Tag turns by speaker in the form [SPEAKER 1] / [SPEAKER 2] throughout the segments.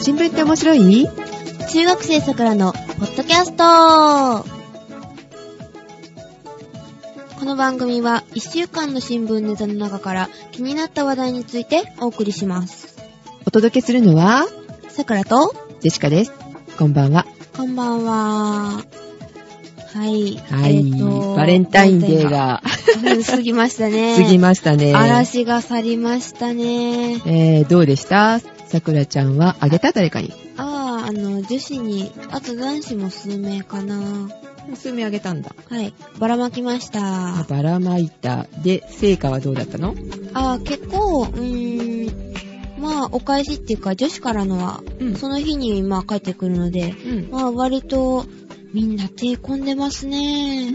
[SPEAKER 1] 新聞って面白い
[SPEAKER 2] 中学生さくらのポッドキャストこの番組は1週間の新聞ネタの中から気になった話題についてお送りします。
[SPEAKER 1] お届けするのは、
[SPEAKER 2] さくらと、
[SPEAKER 1] ジェシカです。こんばんは。
[SPEAKER 2] こんばんは。はい。
[SPEAKER 1] はい。バレンタインデー。が
[SPEAKER 2] 過ぎましたね。
[SPEAKER 1] 過ぎましたね。
[SPEAKER 2] 嵐が去りましたね。
[SPEAKER 1] えー、どうでしたさくらちゃんはあげた誰かに。
[SPEAKER 2] ああ、あの、女子に、あと男子も数名かな。
[SPEAKER 1] 娘あげたんだ。
[SPEAKER 2] はい。ばらまきました。
[SPEAKER 1] ばらまいた。で、成果はどうだったの
[SPEAKER 2] あー結構、うーん、まあ、お返しっていうか、女子からのは、
[SPEAKER 1] うん
[SPEAKER 2] その日に、まあ、帰ってくるので、
[SPEAKER 1] うん。
[SPEAKER 2] まあ、割と、みんな手込んでますね。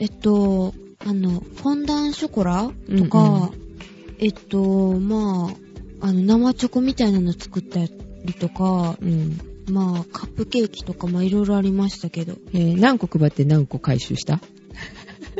[SPEAKER 2] えっと、あの、フォンダンショコラとか、
[SPEAKER 1] うん
[SPEAKER 2] えっと、まあ、あの、生チョコみたいなの作ったりとか、
[SPEAKER 1] うん。
[SPEAKER 2] まあ、カップケーキとか、まあ、いろいろありましたけど。
[SPEAKER 1] えー、何個配って何個回収した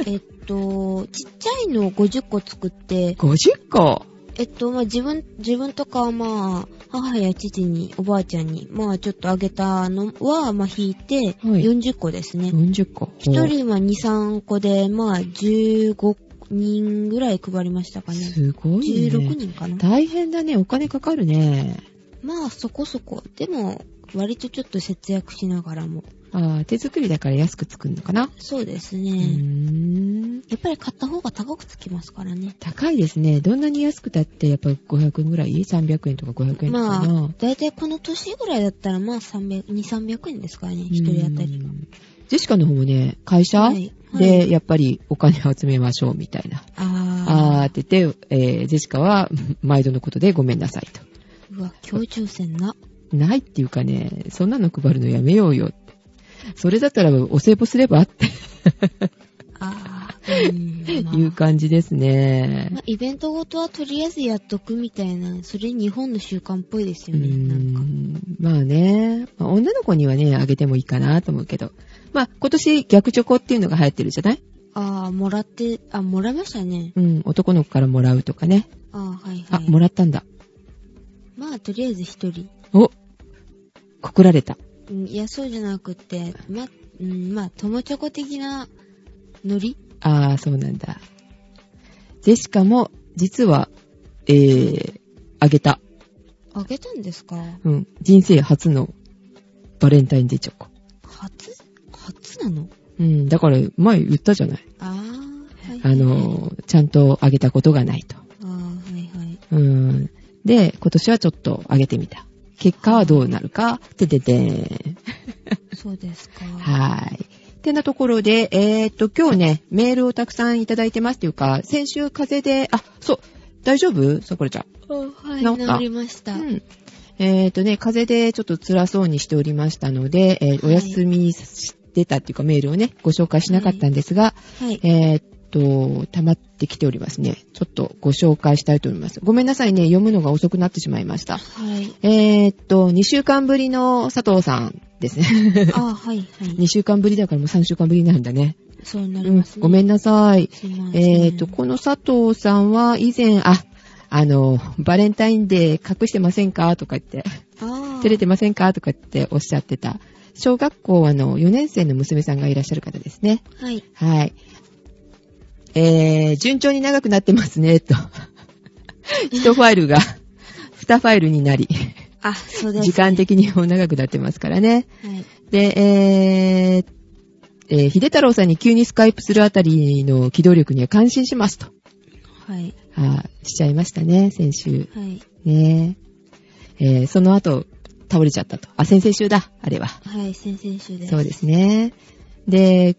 [SPEAKER 2] えっと、ちっちゃいのを50個作って、
[SPEAKER 1] ?50 個
[SPEAKER 2] えっと、まあ、自分、自分とかはまあ、母や父に、おばあちゃんに、まあ、ちょっとあげたのは、まあ、引いて、
[SPEAKER 1] はい
[SPEAKER 2] 40個ですね。
[SPEAKER 1] ?40 個。
[SPEAKER 2] 一、人は2、3個で、まあ、15人ぐらい配りましたか
[SPEAKER 1] お
[SPEAKER 2] ね。
[SPEAKER 1] すごいね。
[SPEAKER 2] 16人かな。
[SPEAKER 1] 大変だね。お金かかるね。
[SPEAKER 2] まあ、そこそこ。でも、割とちょっと節約しながらも。
[SPEAKER 1] ああ、手作りだから安く作るのかな。
[SPEAKER 2] そうです
[SPEAKER 1] う
[SPEAKER 2] ね。
[SPEAKER 1] ーん。
[SPEAKER 2] やっぱり買った方が高くつきますからね。
[SPEAKER 1] 高いですね。どんなに安くたって、やっぱ500円ぐらい ?300 円とか500円とか
[SPEAKER 2] ま
[SPEAKER 1] な。
[SPEAKER 2] あ、だいたいこの年ぐらいだったら、まあ、300、2、300円ですからね、一人当たり
[SPEAKER 1] う
[SPEAKER 2] が。
[SPEAKER 1] んジェシカの方もね、会社、
[SPEAKER 2] はいはい
[SPEAKER 1] で、やっぱりお金を集めましょうみたいな。あー
[SPEAKER 2] あー。
[SPEAKER 1] って言って、えージェシカは 毎度のことでごめんなさいと。
[SPEAKER 2] うわ、協調戦な。
[SPEAKER 1] ないっていうかね、そんなの配るのやめようよって。それだったらお歳暮すればって
[SPEAKER 2] ああ、うん。まあ
[SPEAKER 1] いう感じですね。
[SPEAKER 2] まあイベントごとはとりあえずやっとくみたいな、それ日本の習慣っぽいですよ
[SPEAKER 1] う
[SPEAKER 2] ね、
[SPEAKER 1] ー
[SPEAKER 2] なんか。
[SPEAKER 1] んまあね、まあ女の子にはね、あげてもいいかなと思うけど。まあ、今年逆チョコっていうのが流行ってるじゃない
[SPEAKER 2] ああ、もらって、あ、もらいましたね。
[SPEAKER 1] うん、男の子からもらうとかね。
[SPEAKER 2] ああ、はい
[SPEAKER 1] あ、
[SPEAKER 2] はい。
[SPEAKER 1] もらったんだ。
[SPEAKER 2] まあ、とりあえず一人。
[SPEAKER 1] お告られた。
[SPEAKER 2] うんいや、そうじゃなくて、ま、うん、まあ、友チョコ的なノリ
[SPEAKER 1] ああ、そうなんだ。ジェシカも、実は、えー、あげた。
[SPEAKER 2] あげたんですか
[SPEAKER 1] うん、人生初のバレンタインデーチョコ。
[SPEAKER 2] 初初なの
[SPEAKER 1] うん、だから前言ったじゃない。
[SPEAKER 2] ああ、はい、
[SPEAKER 1] あ
[SPEAKER 2] はい。
[SPEAKER 1] のー、ちゃんとあげたことがないと。
[SPEAKER 2] ああ、はいはい。
[SPEAKER 1] うん。で、今年はちょっと上げてみた。結果はどうなるか、てててーん。
[SPEAKER 2] そうですか。
[SPEAKER 1] はい。てなところで、えー、っと、今日ね、メールをたくさんいただいてますっていうか、先週風邪で、あ、そう、大丈夫さくらちゃん。
[SPEAKER 2] あは
[SPEAKER 1] なんか
[SPEAKER 2] い、治りました。
[SPEAKER 1] うん。えー、っとね、風邪でちょっと辛そうにしておりましたので、えーお休みしてたっていうかメールをね、ご紹介しなかったんですが、
[SPEAKER 2] はい。
[SPEAKER 1] えーっと、溜まってきておりますね。ちょっとご紹介したいと思います。ごめんなさいね、読むのが遅くなってしまいました。
[SPEAKER 2] はい。
[SPEAKER 1] えーっと、2週間ぶりの佐藤さんですね。
[SPEAKER 2] あ、はい、はい。
[SPEAKER 1] 2週間ぶりだからもう3週間ぶりなんだね。
[SPEAKER 2] そうなり
[SPEAKER 1] うん
[SPEAKER 2] ますね。
[SPEAKER 1] ごめんなさい。
[SPEAKER 2] すいません。
[SPEAKER 1] えーっと、この佐藤さんは以前、あ、あの、バレンタインデー隠してませんかとか言って、
[SPEAKER 2] あー
[SPEAKER 1] 照れてませんかとか言っておっしゃってた。小学校あの4年生の娘さんがいらっしゃる方ですね。
[SPEAKER 2] はい。
[SPEAKER 1] はい。えー、順調に長くなってますね、と。 一ファイルが2ファイルになり。
[SPEAKER 2] あ、そうです。
[SPEAKER 1] 時間的にも長くなってますからね。
[SPEAKER 2] はい。
[SPEAKER 1] で、えー、えー、秀太郎さんに急にスカイプするあたりの機動力には感心しますと。
[SPEAKER 2] はい。
[SPEAKER 1] あーしちゃいましたね、先週。
[SPEAKER 2] はい。
[SPEAKER 1] ねえー、その後、倒れちゃったと。あ、先々週だ、あれは。
[SPEAKER 2] はい。先々週です。
[SPEAKER 1] そうですね。で、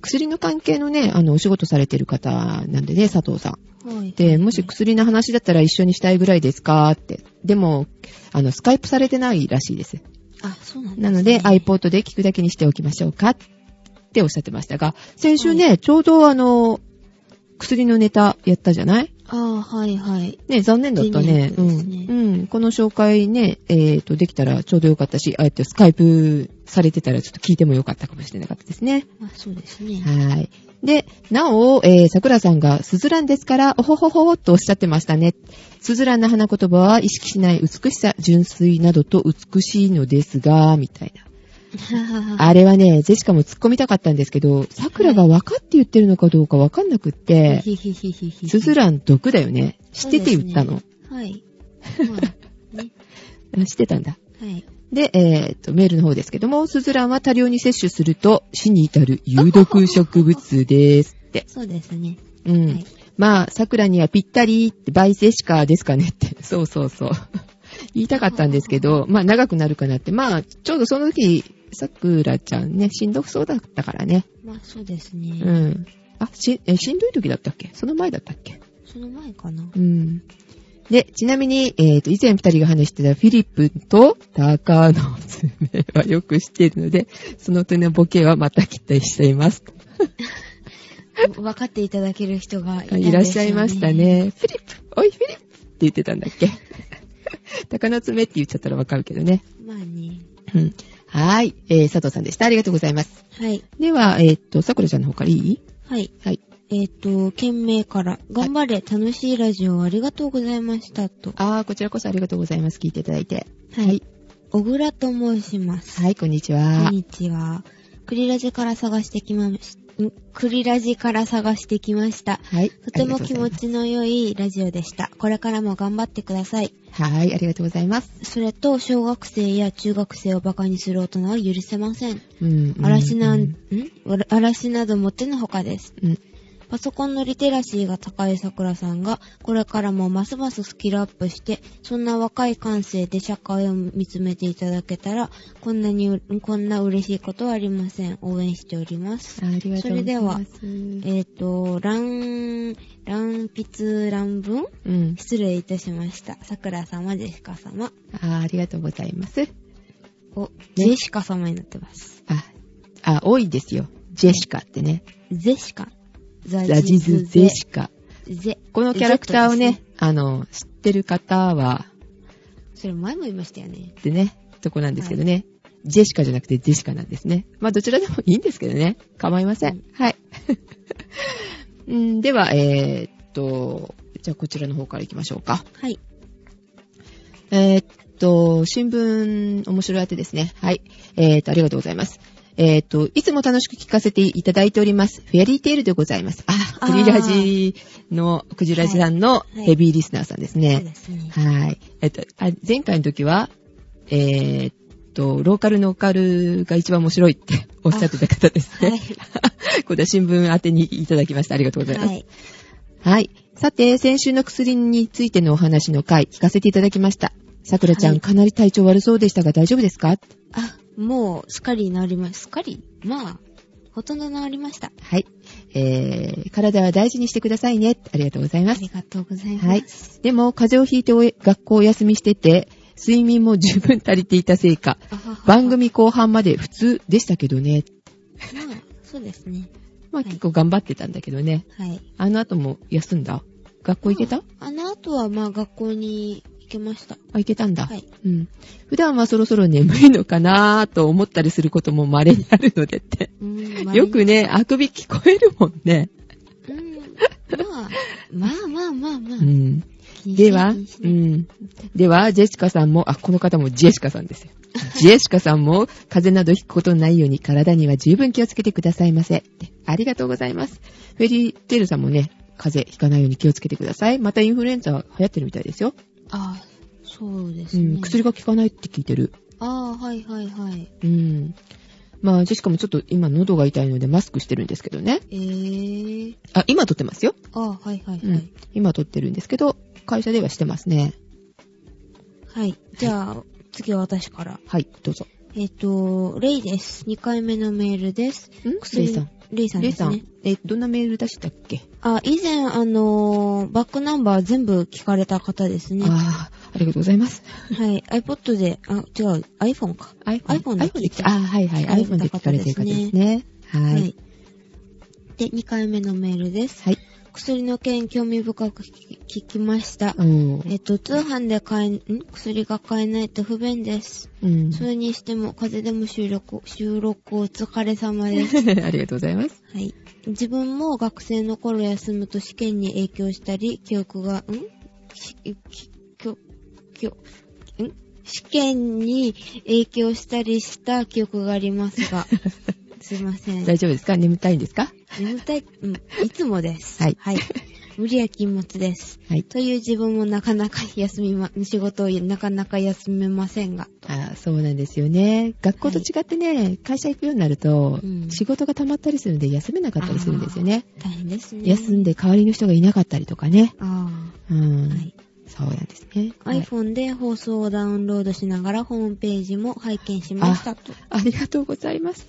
[SPEAKER 1] 薬の関係のね、あの、お仕事されてる方なんでね、佐藤さん。
[SPEAKER 2] はい。
[SPEAKER 1] で、もし薬の話だったら一緒にしたいぐらいですかって。でも、あの、スカイプされてないらしいです。
[SPEAKER 2] あ、そうなんです、
[SPEAKER 1] な
[SPEAKER 2] ね。
[SPEAKER 1] ので iPod で聞くだけにしておきましょうかっておっしゃってましたが、先週ね、ちょうどあの、薬のネタやったじゃない
[SPEAKER 2] ああ、はいはい。
[SPEAKER 1] ね、残念だったね。
[SPEAKER 2] ジ
[SPEAKER 1] う
[SPEAKER 2] ェ
[SPEAKER 1] ん
[SPEAKER 2] ニー君です。
[SPEAKER 1] うん。この紹介ね、えー、と、できたらちょうどよかったし、あえてスカイプされてたらちょっと聞いてもよかったかもしれなかったですね。
[SPEAKER 2] まあ、そうですね。
[SPEAKER 1] はい。で、なお、えー、桜さんが、スズランですから、おほほほほとおっしゃってましたね。スズランの花言葉は、意識しない美しさ、純粋などと美しいのですが、みたいな。あれはね、ジェシカも突っ込みたかったんですけど、桜が分かって言ってるのかどうか分かんなくって、
[SPEAKER 2] ひひひひひ
[SPEAKER 1] スズラン毒だよね。知ってて言ったの。
[SPEAKER 2] はい。まあ、ね。
[SPEAKER 1] あ知ってたんだ。
[SPEAKER 2] はい。
[SPEAKER 1] で、えーっと、メールの方ですけども、スズランは多量に摂取すると死に至る有毒植物ですって。
[SPEAKER 2] そうですね。
[SPEAKER 1] うん。
[SPEAKER 2] はい
[SPEAKER 1] まあ、桜にはぴったりって、バイセシカですかねって。 そうそうそう。言いたかったんですけど、まあ、長くなるかなって。まあ、ちょうどその時、桜ちゃんね、しんどくそうだったからね。
[SPEAKER 2] まあ、そうです
[SPEAKER 1] う
[SPEAKER 2] ね。
[SPEAKER 1] ん。あ、し、えしんどい時だったっけその前だったっけ
[SPEAKER 2] その前かな。
[SPEAKER 1] うん。で、ちなみに、えっ、と、以前二人が話してたフィリップと高野爪はよく知っているので、その手のボケはまた期待しています。
[SPEAKER 2] 分かっていただける人がいたんでしょうね
[SPEAKER 1] いらっしゃいました。ね。フィリップ、おい、フィリップって言ってたんだっ け高野爪って言っちゃったらわかるけどね。
[SPEAKER 2] まあね。
[SPEAKER 1] うん。はーい。えー、佐藤さんでした。ありがとうございます。
[SPEAKER 2] はい。
[SPEAKER 1] では、えっ、と、さくらちゃんの方からいい
[SPEAKER 2] はい。
[SPEAKER 1] はい。
[SPEAKER 2] えっ、と、件名から、頑張れ、楽しいラジオをありがとうございましたと。
[SPEAKER 1] あー、こちらこそありがとうございます。聞いていただいて。
[SPEAKER 2] はい。小倉と申します。
[SPEAKER 1] はい、こんにち
[SPEAKER 2] こ
[SPEAKER 1] は
[SPEAKER 2] ん。にちは。クリラジから探してきまし、んクリラジから探してきました。
[SPEAKER 1] はい。
[SPEAKER 2] とても
[SPEAKER 1] ありが
[SPEAKER 2] 気
[SPEAKER 1] うござ
[SPEAKER 2] 持
[SPEAKER 1] います
[SPEAKER 2] ちの良いラジオでした。これからも頑張ってください。
[SPEAKER 1] はい、ありがとうございます。
[SPEAKER 2] それと、小学生や中学生をバカにする大人は許せません。
[SPEAKER 1] うんうん
[SPEAKER 2] 嵐な、
[SPEAKER 1] うん
[SPEAKER 2] ん嵐などもってのほかです。
[SPEAKER 1] うん
[SPEAKER 2] パソコンのリテラシーが高い桜さんが、これからもますますスキルアップして、そんな若い感性で社会を見つめていただけたら、こんなにう、こんな嬉しいことはありません。応援しております。
[SPEAKER 1] ありがとうございます。それでは、
[SPEAKER 2] えっ、と、乱、乱筆乱文
[SPEAKER 1] うん。
[SPEAKER 2] 失礼いたしました。桜様、ジェシカ様。
[SPEAKER 1] あーありがとうございます。
[SPEAKER 2] お、ジェシカ様になってます。
[SPEAKER 1] あ、あ、多いですよ。ジェシカってね。
[SPEAKER 2] ゼシカ。ザ
[SPEAKER 1] ザジズゼシカ。
[SPEAKER 2] カ。ゼ。
[SPEAKER 1] このキャラクターを
[SPEAKER 2] ゼット
[SPEAKER 1] ね、あの、知ってる方は、
[SPEAKER 2] それ前も言いましたよね。
[SPEAKER 1] ってね、とこなんですけどね。ジェシカじゃなくてジェシカなんですね。まあ、どちらでもいいんですけどね。構いません。はい。 うん、では、えーっと、じゃあこちらの方から行きましょうか。
[SPEAKER 2] はい。
[SPEAKER 1] えーっと、新聞、面白い宛てですね。はい。えーっと、ありがとうございます。えーっと、いつも楽しく聞かせていただいております。フェアリーテールでございます。あ、
[SPEAKER 2] あ
[SPEAKER 1] ク
[SPEAKER 2] ー
[SPEAKER 1] ジラジの、クジラジさんの
[SPEAKER 2] いはい
[SPEAKER 1] ヘビーリスナーさんです
[SPEAKER 2] そう
[SPEAKER 1] ね。
[SPEAKER 2] ですね。
[SPEAKER 1] はい。えっと、あ前回の時は、えーっと、ローカルのオカルが一番面白いっておっしゃってた方です
[SPEAKER 2] はい
[SPEAKER 1] ね。。 これは新聞宛てにいただきました。ありがとうございます
[SPEAKER 2] は。い。
[SPEAKER 1] はい。さて、先週の薬についてのお話の回、聞かせていただきました。さくらちゃん、
[SPEAKER 2] はい
[SPEAKER 1] かなり体調悪そうでしたが大丈夫ですか
[SPEAKER 2] あ、もう、すっかり治りま、すっかりまあ、ほとんど治りました。
[SPEAKER 1] はい。えー、体は大事にしてくださいね。ありがとうございま
[SPEAKER 2] あ
[SPEAKER 1] す
[SPEAKER 2] り。がとうございます。
[SPEAKER 1] はい。でも、風邪をひいておえ学校をお休みしてて、睡眠も十分足りていたせいか、
[SPEAKER 2] あはは
[SPEAKER 1] 番。組後半まで普通でしたけどね。
[SPEAKER 2] まあ、そうですね。
[SPEAKER 1] まあ
[SPEAKER 2] はい
[SPEAKER 1] 結構頑張ってたんだけどね。
[SPEAKER 2] はい。
[SPEAKER 1] あの後も休んだ学校行けた、
[SPEAKER 2] まああの後は、まあ、学校に行けました。
[SPEAKER 1] あ、いけたんだ。
[SPEAKER 2] はい
[SPEAKER 1] うん。普段はそろそろ眠いのかなぁと思ったりすることも稀にあるのでって。
[SPEAKER 2] うーん、まあ
[SPEAKER 1] よくね、あくび聞こえるもんね。
[SPEAKER 2] うんまあ、まあまあまあまあ
[SPEAKER 1] う。ん。
[SPEAKER 2] 気にしない
[SPEAKER 1] では、う
[SPEAKER 2] 気にしない
[SPEAKER 1] ん。では、ジェシカさんも、あ、この方もジェシカさん ですよ。ジェシカさんも、風邪などひくことのないように体には十分気をつけてくださいませ。ってありがとうございます。フェリーテルさんもね、風邪ひかないように気をつけてください。またインフルエンザ流行ってるみたいですよ。
[SPEAKER 2] あそうで
[SPEAKER 1] う
[SPEAKER 2] すね。
[SPEAKER 1] ん。薬が効かないって聞いてる。
[SPEAKER 2] ああ、はいはいはい。
[SPEAKER 1] うん。まあ、ジェシカもちょっと今喉が痛いのでマスクしてるんですけどね。
[SPEAKER 2] えー。
[SPEAKER 1] あ、今撮ってますよ。
[SPEAKER 2] ああ、はいはいはい。
[SPEAKER 1] うん。今撮ってるんですけど、会社ではしてますね。
[SPEAKER 2] はい。じゃあ、次は私から。
[SPEAKER 1] はい、どうぞ。
[SPEAKER 2] えっ、と、レイです。2回目のメールです。
[SPEAKER 1] ん
[SPEAKER 2] 薬
[SPEAKER 1] レイさん。。
[SPEAKER 2] レイさん
[SPEAKER 1] レ
[SPEAKER 2] で
[SPEAKER 1] イ
[SPEAKER 2] す
[SPEAKER 1] さ
[SPEAKER 2] ね
[SPEAKER 1] ん。、え、どんなメール出したっけ
[SPEAKER 2] あ、以前、あのーバックナンバー全部聞かれた方ですね。は
[SPEAKER 1] ああ、ありがとうございます。
[SPEAKER 2] い。iPod で、あ、違う、iPhone か。iPhone で
[SPEAKER 1] iPhone で聞かあーはいはい、iPhone で聞かれてる方ですね。は。
[SPEAKER 2] はいい。で、2回目のメールです。
[SPEAKER 1] はい。
[SPEAKER 2] 薬の件、興味深く聞き聞きました。
[SPEAKER 1] うん。
[SPEAKER 2] えっと、通販で買え、ん薬が買えないと不便です。
[SPEAKER 1] うん。
[SPEAKER 2] それにしても、風邪でも収録、収録お疲れ様です。
[SPEAKER 1] ありがとうございます。
[SPEAKER 2] はい。自分も学生の頃休むと試験に影響したり、記憶が、んしききょきょん試験に影響したりした記憶がありま すが、すいません。
[SPEAKER 1] 大丈夫ですか眠たいんですか
[SPEAKER 2] 眠たい、うん、いつもです。
[SPEAKER 1] はい
[SPEAKER 2] 無理や禁物です。
[SPEAKER 1] はい。
[SPEAKER 2] という自分もなかなか休みま、仕事をなかなか休めませんが、
[SPEAKER 1] あーそうなんですよね。学校と違ってね、会社行くようになると、
[SPEAKER 2] うん
[SPEAKER 1] 仕事が溜まったりするので休めなかったりするんですよね。
[SPEAKER 2] 大変ですね。
[SPEAKER 1] 休んで代わりの人がいなかったりとかね。
[SPEAKER 2] あ
[SPEAKER 1] うん。
[SPEAKER 2] あ、はい。
[SPEAKER 1] そうなんですね。はい
[SPEAKER 2] iPhone で放送をダウンロードしながらホームページも拝見しましたと。
[SPEAKER 1] ありがとうございます。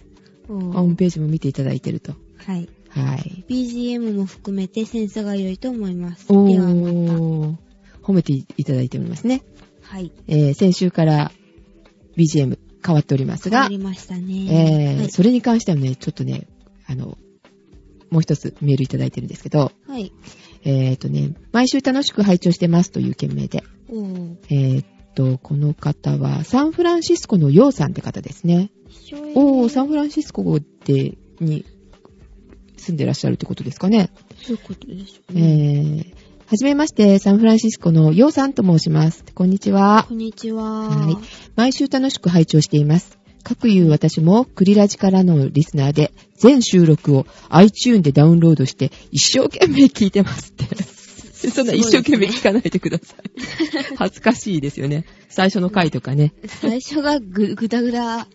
[SPEAKER 2] おー
[SPEAKER 1] ホームページも見ていただいてると。
[SPEAKER 2] はい。
[SPEAKER 1] はい。
[SPEAKER 2] BGM も含めてセンスが良いと思います。で
[SPEAKER 1] お
[SPEAKER 2] はまた。
[SPEAKER 1] ー。褒めていただいておりますね。
[SPEAKER 2] はい。
[SPEAKER 1] えー先週から BGM 変わっております
[SPEAKER 2] 変わ
[SPEAKER 1] が
[SPEAKER 2] り、ました
[SPEAKER 1] えー
[SPEAKER 2] ね。
[SPEAKER 1] それに関してはね、ちょっとね、あの、もう一つメールいただいてるんですけど、
[SPEAKER 2] はい。はい。
[SPEAKER 1] えっ、とね、毎週楽しく拝聴してますという件名で、
[SPEAKER 2] おー。
[SPEAKER 1] えっ、と、この方はサンフランシスコのヨウさんって方ですね。
[SPEAKER 2] 一緒
[SPEAKER 1] おー、サンフランシスコで、に住んでらっしゃるってことですかね。
[SPEAKER 2] そういうことでしょう
[SPEAKER 1] え
[SPEAKER 2] ね。
[SPEAKER 1] ーはじめまして、サンフランシスコのヨウさんと申します。こんにちは
[SPEAKER 2] こ。んにちは。
[SPEAKER 1] はい毎週楽しく拝聴しています。各言う私もクリラジからのリスナーで、全収録を iTune でダウンロードして、一生懸命聞いてますって。 そんな一生懸命聞かないでくださ い。恥ずかしいですよね。最初の回とかね。
[SPEAKER 2] 最初がぐ、ぐだぐだ。は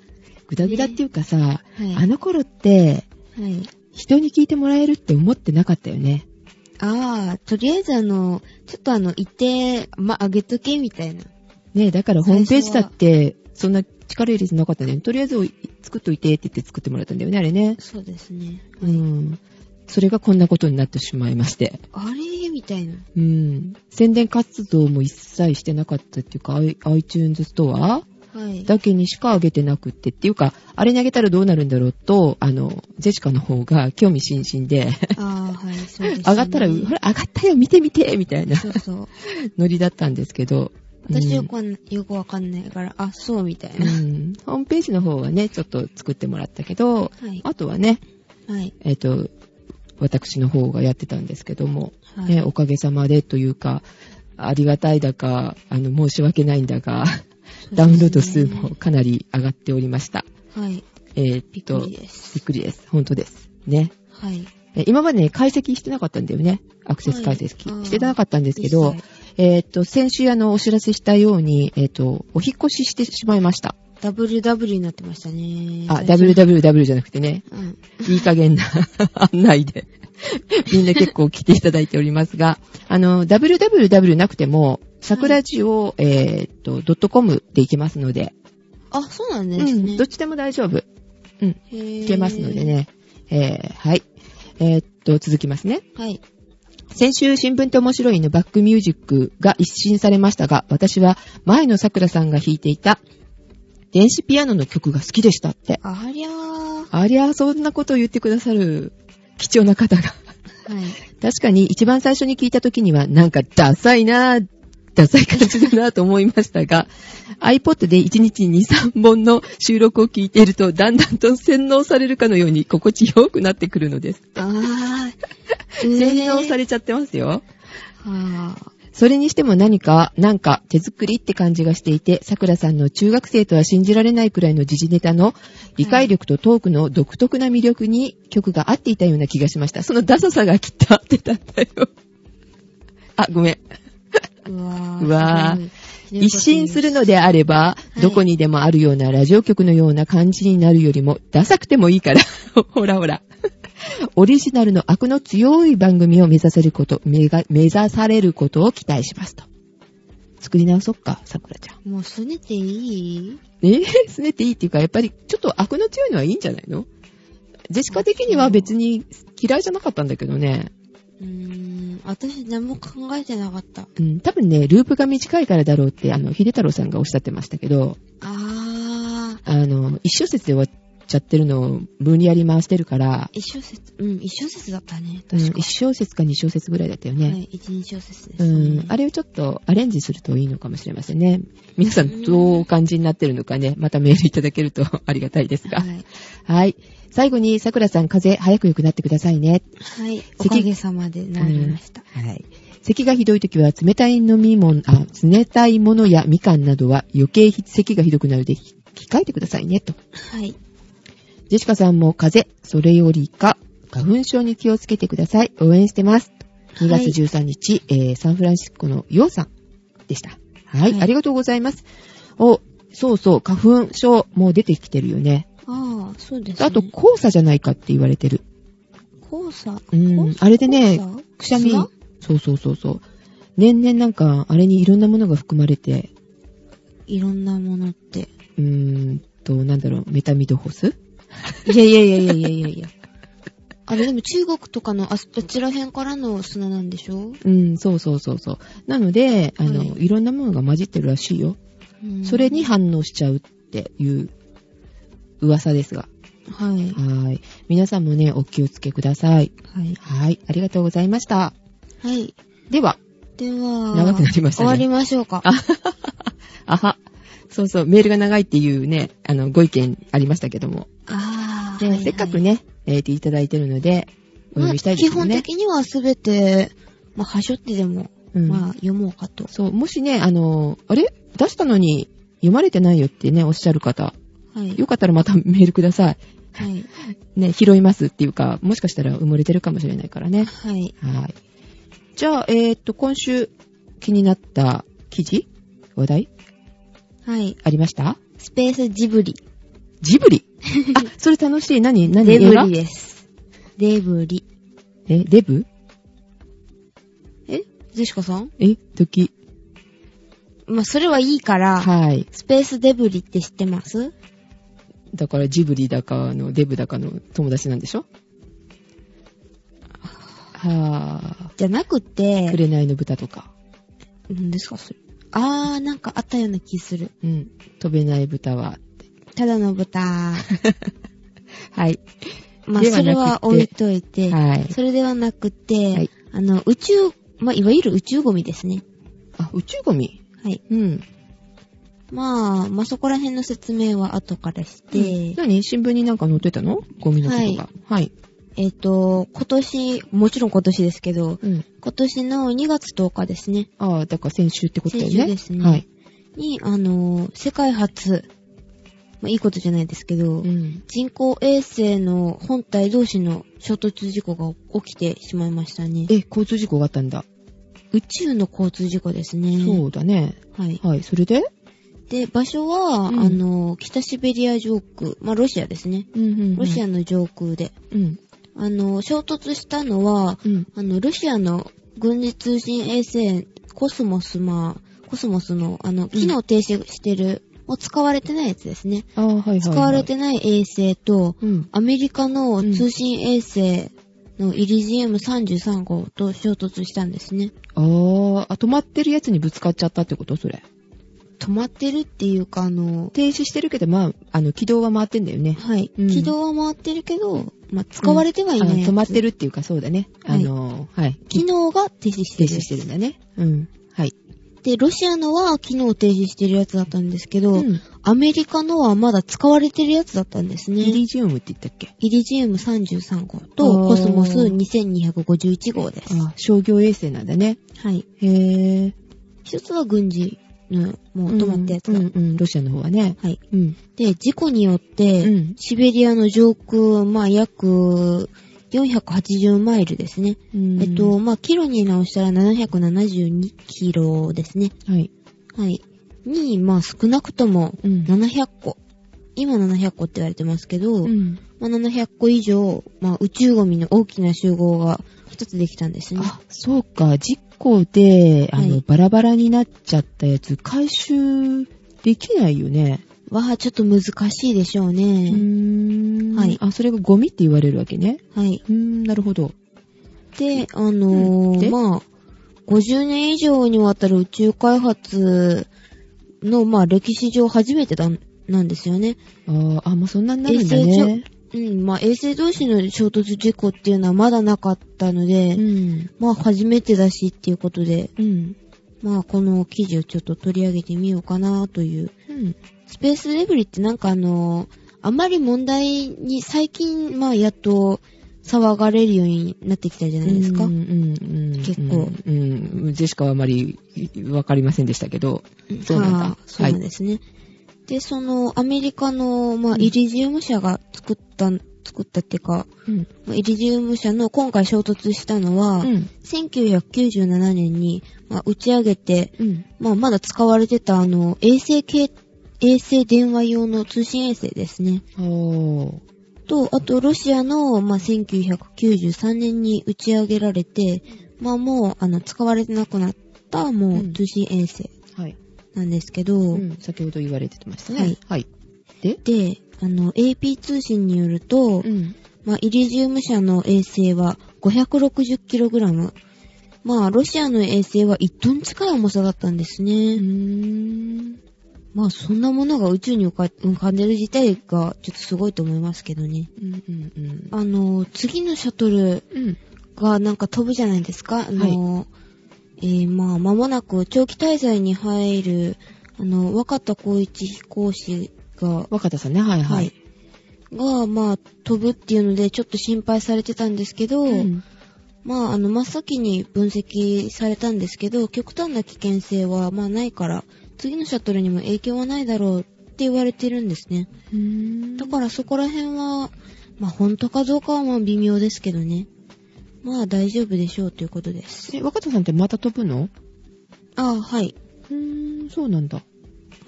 [SPEAKER 1] グダグダっていうかさ、
[SPEAKER 2] い。
[SPEAKER 1] あの頃って、
[SPEAKER 2] はい。
[SPEAKER 1] 人に聞いてもらえるって思ってなかったよね。
[SPEAKER 2] ああ、とりあえずあの、ちょっとあの、いて、ま、あげとけ、みたいな。
[SPEAKER 1] ねえ、だからホームページだって、そんな力入れてなかったね。とりあえず作っといてって言って作ってもらったんだよね、あれね。
[SPEAKER 2] そうですね。
[SPEAKER 1] うん。それがこんなことになってしまいまして。
[SPEAKER 2] あれみたいな。
[SPEAKER 1] うん。宣伝活動も一切してなかったっていうか、I- iTunes ストア
[SPEAKER 2] はい。
[SPEAKER 1] だけにしか上げてなくってっていうか、あれに上げたらどうなるんだろうと、あの、ジェシカの方が興味津々で、
[SPEAKER 2] ああ、はい、そうです、ね。
[SPEAKER 1] 上がったら、ほら、上がったよ、見て見てみたいな
[SPEAKER 2] そうそう。
[SPEAKER 1] ノリだったんですけど。
[SPEAKER 2] 私
[SPEAKER 1] う
[SPEAKER 2] よ
[SPEAKER 1] ん
[SPEAKER 2] くわかんよくわかんないから、あ、そう、みたいうな。
[SPEAKER 1] ん、ホームページの方はね、ちょっと作ってもらったけど、
[SPEAKER 2] はい。
[SPEAKER 1] あとはね、
[SPEAKER 2] はい。
[SPEAKER 1] えっ、と、私の方がやってたんですけども、
[SPEAKER 2] はい。
[SPEAKER 1] ね、おかげさまでというか、ありがたいだか、あの、申し訳ないんだが、ダウンロード数もかなり上がっておりました。
[SPEAKER 2] はい。
[SPEAKER 1] えー
[SPEAKER 2] び
[SPEAKER 1] っ
[SPEAKER 2] っ
[SPEAKER 1] と、
[SPEAKER 2] く
[SPEAKER 1] び
[SPEAKER 2] り
[SPEAKER 1] っ
[SPEAKER 2] です。
[SPEAKER 1] くりです。本当です。ね。
[SPEAKER 2] はい。
[SPEAKER 1] え今までね、解析してなかったんだよね。アクセス解
[SPEAKER 2] はいあ
[SPEAKER 1] 析
[SPEAKER 2] ー
[SPEAKER 1] してなかったんですけ
[SPEAKER 2] 一
[SPEAKER 1] ど、
[SPEAKER 2] 切
[SPEAKER 1] えーっと、先週あの、お知らせしたように、えーっと、お引っ越ししてしまいました。
[SPEAKER 2] WW になってましたね。
[SPEAKER 1] あ、。www じゃなくて ね、
[SPEAKER 2] うん。
[SPEAKER 1] いい加減な 案内で、みんな結構来ていただいておりますが、あの、www なくても、桜地を、えーっと、ドットコムで行けますので、
[SPEAKER 2] あ、そうなん
[SPEAKER 1] う
[SPEAKER 2] ですね。
[SPEAKER 1] ん、どっちでも大丈夫。
[SPEAKER 2] 行
[SPEAKER 1] 行けますので。ね、えーはい。えーっと、続きますね。
[SPEAKER 2] はい。
[SPEAKER 1] 先週、新聞と面白いのバックミュージックが一新されましたが、私は前の桜さんが弾いていた電子ピアノの曲が好きでしたって。
[SPEAKER 2] ありゃー。 は
[SPEAKER 1] ありゃ、そんなことを言ってくださる貴重な方が。
[SPEAKER 2] い。
[SPEAKER 1] 確かに一番最初に聞いた時にはなんかダサいなぁ、ダサい感じだなぁと思いましたが、iPod で1日2、3本の収録を聞いていると、だんだんと洗脳されるかのように心地よくなってくるのです。
[SPEAKER 2] あー。
[SPEAKER 1] 洗脳さ
[SPEAKER 2] れ。
[SPEAKER 1] れちゃってますよ。
[SPEAKER 2] は
[SPEAKER 1] それにしても何か、なんか手作りって感じがしていて、桜さんの中学生とは信じられないくらいの時事ネタの理解力とトークの独特な魅力に曲が合っていたような気がしました。そのダサさがきっと合ってたんだよ。あ、ごめん。
[SPEAKER 2] ー。うわー。
[SPEAKER 1] うわー
[SPEAKER 2] すごい
[SPEAKER 1] 一新するのであれば、
[SPEAKER 2] い
[SPEAKER 1] どこにでもあるようなラジオ局のような感じになるよりも、ダサくてもいいから。 ほらほら。オリジナルの悪の強い番組を目指せること、目が目指されることを期待しますと。作り直そっか、桜ちゃん。
[SPEAKER 2] もうすねていい
[SPEAKER 1] えー、 すねていいっていうか、やっぱりちょっと悪の強いのはいいんじゃないのジェシカ的には別に嫌いじゃなかったんだけどね。
[SPEAKER 2] うーん。私何も考えてなかった。
[SPEAKER 1] うん、多分ね、ループが短いからだろうって、あの、秀太郎さんがおっしゃってましたけど、
[SPEAKER 2] あー。
[SPEAKER 1] あの、一小節で終わっちゃってるのを無理やり回してるから、
[SPEAKER 2] 一小節、うん、一小節だったね。
[SPEAKER 1] うん、
[SPEAKER 2] 確か
[SPEAKER 1] 1小節か2小節ぐらいだったよね。
[SPEAKER 2] はい、一、二小節です、
[SPEAKER 1] う
[SPEAKER 2] ね。
[SPEAKER 1] ん、あれをちょっとアレンジするといいのかもしれませんね。皆さんどうお感じになってるのかね、またメールいただけると ありがたいですが。
[SPEAKER 2] は
[SPEAKER 1] はい。
[SPEAKER 2] い。
[SPEAKER 1] 最後に、桜さん、風邪早く良くなってくださいね。
[SPEAKER 2] はい。おかげさまで治りました。
[SPEAKER 1] はい。咳がひどい時は、冷たい飲み物、あ、冷たいものやみかんなどは余計ひ咳がひどくなるので、ひ控えてくださいね、と。
[SPEAKER 2] はい。
[SPEAKER 1] ジェシカさんも風邪、それよりか、花粉症に気をつけてください。応援してます。2
[SPEAKER 2] はい
[SPEAKER 1] 月13日、えーサンフランシスコのヨウさんでした。はい、
[SPEAKER 2] はい
[SPEAKER 1] ありがとうございます。お、そうそう、花粉症、もう出てきてるよね。
[SPEAKER 2] ああ、そうですね。
[SPEAKER 1] あと、黄砂じゃないかって言われてる。
[SPEAKER 2] 黄砂。
[SPEAKER 1] うん
[SPEAKER 2] 黄、砂
[SPEAKER 1] あれでね、
[SPEAKER 2] 黄砂
[SPEAKER 1] くしゃみ
[SPEAKER 2] 砂、
[SPEAKER 1] そうそうそうそう。年々なんか、あれにいろんなものが含まれて、
[SPEAKER 2] いろんなものって。
[SPEAKER 1] うーんと、なんだろう、メタミドホス
[SPEAKER 2] いやいやいやいやいやいやいや。あれでも中国とかのあそあちら辺からの砂なんでしょ
[SPEAKER 1] うん、そうそうそうそう。なので、あの、
[SPEAKER 2] はい
[SPEAKER 1] いろんなものが混じってるらしいよ。
[SPEAKER 2] うん
[SPEAKER 1] それに、反応しちゃうっていう噂ですが。
[SPEAKER 2] はい。
[SPEAKER 1] はい。皆さんもね、お気をつけください。
[SPEAKER 2] はい。
[SPEAKER 1] はい。ありがとうございました。
[SPEAKER 2] はい。
[SPEAKER 1] では、
[SPEAKER 2] では、
[SPEAKER 1] 長くなりましたね
[SPEAKER 2] 終わりましょうか。
[SPEAKER 1] あは。そうそう、メールが長いっていうね、あの、ご意見ありましたけども。
[SPEAKER 2] ああ、
[SPEAKER 1] ね
[SPEAKER 2] はいはい
[SPEAKER 1] せっかく、ね、えーていただいてるので、お読
[SPEAKER 2] まあ、
[SPEAKER 1] みしたいです
[SPEAKER 2] 基
[SPEAKER 1] よ
[SPEAKER 2] 本
[SPEAKER 1] ね。
[SPEAKER 2] 的にはすべて、まあ、はしょってでも、
[SPEAKER 1] うん
[SPEAKER 2] まあ、読もうかと。
[SPEAKER 1] そう、もしね、あの、あれ出したのに読まれてないよってね、おっしゃる方、
[SPEAKER 2] はい。
[SPEAKER 1] よかったらまたメールください。
[SPEAKER 2] はい。
[SPEAKER 1] ね、拾いますっていうか、もしかしたら埋もれてるかもしれないからね。
[SPEAKER 2] はい。
[SPEAKER 1] はい。じゃあ、えー、っと、今週気になった記事話題
[SPEAKER 2] はい。
[SPEAKER 1] ありました
[SPEAKER 2] スペースジブリ。
[SPEAKER 1] ジ ブリ。あ、それ楽しい。何何
[SPEAKER 2] デ
[SPEAKER 1] 映
[SPEAKER 2] ブ
[SPEAKER 1] 画
[SPEAKER 2] リです。デブリ。
[SPEAKER 1] え、デブ
[SPEAKER 2] えジェシカさん
[SPEAKER 1] え、時。
[SPEAKER 2] まあ、それはいいから、
[SPEAKER 1] はい。
[SPEAKER 2] スペースデブリって知ってます
[SPEAKER 1] だからジブリだかの、デブだかの友達なんでしょはぁ、
[SPEAKER 2] じゃなく
[SPEAKER 1] あ。
[SPEAKER 2] て、
[SPEAKER 1] 紅の豚とか。
[SPEAKER 2] 何ですかそれ。あー、なんかあったような気する。
[SPEAKER 1] うん。飛べない豚は。
[SPEAKER 2] ただ の豚。
[SPEAKER 1] はい。
[SPEAKER 2] まあ、
[SPEAKER 1] ではなくて
[SPEAKER 2] それは置いといて、
[SPEAKER 1] はい。
[SPEAKER 2] それではなくて、
[SPEAKER 1] はい
[SPEAKER 2] あの、宇宙、まあ、いわゆる宇宙ゴミですね。
[SPEAKER 1] あ、宇宙ゴミ。
[SPEAKER 2] はい。
[SPEAKER 1] うん。
[SPEAKER 2] まあ、まあ、そこら辺の説明は後からして、
[SPEAKER 1] うん何新聞になんか載ってたのゴミのことが。はい。
[SPEAKER 2] えっ、と、今年、もちろん今年ですけど、
[SPEAKER 1] うん。
[SPEAKER 2] 今年の2月10日ですね、
[SPEAKER 1] ああ、だから先週ってことだよね。
[SPEAKER 2] 先週ですね
[SPEAKER 1] はい。
[SPEAKER 2] に、あの、世界初、まあ、いいことじゃないですけど、
[SPEAKER 1] うん。
[SPEAKER 2] 人工衛星の本体同士の衝突事故が起きてしまいましたね。
[SPEAKER 1] え、交通事故があったんだ。
[SPEAKER 2] 宇宙の交通事故ですね。
[SPEAKER 1] そうだね。
[SPEAKER 2] はい。
[SPEAKER 1] はい。それで
[SPEAKER 2] で、場所は、
[SPEAKER 1] うん
[SPEAKER 2] あの、北シベリア上空、まあ、ロシアですね。
[SPEAKER 1] うんうん、
[SPEAKER 2] ロシア。の上空で。
[SPEAKER 1] うん。
[SPEAKER 2] あの、衝突したのは、
[SPEAKER 1] うん。
[SPEAKER 2] あの、ロシアの軍事通信衛星、コスモス、まあ、コスモスの、あの、機能停止してる、もう使われてないやつですね。
[SPEAKER 1] ああ、はいはい、はい。
[SPEAKER 2] 使われてない衛星と、
[SPEAKER 1] うん。
[SPEAKER 2] アメリカの通信衛星のイリジウム33号と衝突したんですね。
[SPEAKER 1] ああ、あ止まってるやつにぶつかっちゃったってことそれ。
[SPEAKER 2] 止まってるっていうか、あの、
[SPEAKER 1] 停止してるけど、まあ、あの、軌道は回ってんだよね。
[SPEAKER 2] はい。
[SPEAKER 1] うん
[SPEAKER 2] 軌道は回ってるけど、まあ、使われてはい
[SPEAKER 1] あ
[SPEAKER 2] ない、
[SPEAKER 1] 止まって
[SPEAKER 2] る。
[SPEAKER 1] るっていうか、そうだね。
[SPEAKER 2] はい
[SPEAKER 1] あのー、はい。
[SPEAKER 2] 機能が停止して
[SPEAKER 1] 停止
[SPEAKER 2] る。
[SPEAKER 1] してるんだね。うん。はい。
[SPEAKER 2] で、ロシアのは機能停止してるやつだったんですけど、
[SPEAKER 1] うん。
[SPEAKER 2] アメリカのはまだ使われてるやつだったんですね。
[SPEAKER 1] イリジウムって言ったっけ
[SPEAKER 2] イリジウム33号と
[SPEAKER 1] あー
[SPEAKER 2] コスモス2251号です。
[SPEAKER 1] ああ、商業衛星なんだね。
[SPEAKER 2] はい。
[SPEAKER 1] へえ。
[SPEAKER 2] 一つは軍事の、もう止まったやつだ。
[SPEAKER 1] うん、うんうん、ロシアの方はね。
[SPEAKER 2] はい。
[SPEAKER 1] うん。
[SPEAKER 2] で、事故によっ
[SPEAKER 1] う
[SPEAKER 2] て、
[SPEAKER 1] ん。
[SPEAKER 2] シベリアの上空、まあ、約480マイルですね。
[SPEAKER 1] うん
[SPEAKER 2] えっと、、まあ、キロに直したら772キロですね。
[SPEAKER 1] はい。
[SPEAKER 2] はい。に、まあ、少なくとも
[SPEAKER 1] うん
[SPEAKER 2] 700個。今700個って言われてますけど、
[SPEAKER 1] うん。
[SPEAKER 2] まあ、700個以上、まあ、宇宙ゴミの大きな集合が一つできたんですね。
[SPEAKER 1] あ、そうか、事故で、あの、
[SPEAKER 2] はい
[SPEAKER 1] バラバラになっちゃったやつ、回収できないよね。
[SPEAKER 2] わあ、ちょっと難しいでしょう
[SPEAKER 1] う
[SPEAKER 2] ね。
[SPEAKER 1] ーん。
[SPEAKER 2] はい
[SPEAKER 1] あ、それがゴミって言われるわけね。
[SPEAKER 2] はい。
[SPEAKER 1] うーん、なるほど。
[SPEAKER 2] で、あの
[SPEAKER 1] うん
[SPEAKER 2] ー
[SPEAKER 1] で
[SPEAKER 2] まあ、50年以上にわたる宇宙開発の、まあ、歴史上初めてだなんですよね。
[SPEAKER 1] あーあ、もうそんなになるんだ
[SPEAKER 2] 衛生
[SPEAKER 1] ね。
[SPEAKER 2] うん、まあ衛星同士の衝突事故っていうのはまだなかったので、
[SPEAKER 1] うん。
[SPEAKER 2] まあ初めてだしっていうことで、
[SPEAKER 1] うん。
[SPEAKER 2] まあこの記事をちょっと取り上げてみようかなという。
[SPEAKER 1] うん。
[SPEAKER 2] スペースデブリってなんかあの、あまり問題に最近まあやっと騒がれるようになってきたじゃないですか。
[SPEAKER 1] うんうんうん、
[SPEAKER 2] 結構
[SPEAKER 1] うん。うん。ジェシカはあまりわかりませんでしたけど。そうなんだ
[SPEAKER 2] はあそうなんですね。で、そのアメリカの、まあ、イリジウム社が作った、作ったっていうか、
[SPEAKER 1] うん。
[SPEAKER 2] まあイリジウム社の今回衝突したのは、
[SPEAKER 1] うん。
[SPEAKER 2] 1997年に、まあ、打ち上げて、
[SPEAKER 1] うん。
[SPEAKER 2] まあ、まだ使われてたあの衛星系、衛星電話用の通信衛星ですね。
[SPEAKER 1] おー。
[SPEAKER 2] と、あとロシアの、まあ、1993年に打ち上げられて、まあ、もう、あの、使われてなくなった、も
[SPEAKER 1] うん
[SPEAKER 2] う、通信衛星
[SPEAKER 1] はい。
[SPEAKER 2] なんですけど、
[SPEAKER 1] うん。先ほど言われてましたね。
[SPEAKER 2] はい。
[SPEAKER 1] はい。で
[SPEAKER 2] で、あの、AP 通信によると、
[SPEAKER 1] ん。
[SPEAKER 2] まあ、イリジウム社の衛星は 560kg。まあ、ロシアの衛星は1トン近い重さだったんです
[SPEAKER 1] う
[SPEAKER 2] ね。
[SPEAKER 1] ーん。
[SPEAKER 2] まあ、そんなものが宇宙に浮か浮かんでる自体がちょっとすごいと思いますけどね。
[SPEAKER 1] うんうんうん。
[SPEAKER 2] あの、次のシャトル
[SPEAKER 1] うん。
[SPEAKER 2] がなんか飛ぶじゃないですか。あの、えーまあ、間もなく長期滞在に入る、あの、若田光一飛行士が、
[SPEAKER 1] 若田さんね、はいは
[SPEAKER 2] はいい。。が、まあ、飛ぶっていうので、ちょっと心配されてたんですけど、
[SPEAKER 1] うん
[SPEAKER 2] まあ、あの、真っ先に分析されたんですけど、極端な危険性は、まあ、ないから、次のシャトルにも影響はないだろうって言われてるんですね。
[SPEAKER 1] うん
[SPEAKER 2] だからそこら辺は、まあ、本当かどうかはまあ微妙ですけどね。まあ、大丈夫でしょうということです。
[SPEAKER 1] え、若田さんってまた飛ぶの
[SPEAKER 2] ああ、はい。
[SPEAKER 1] うーん、そうなんだ。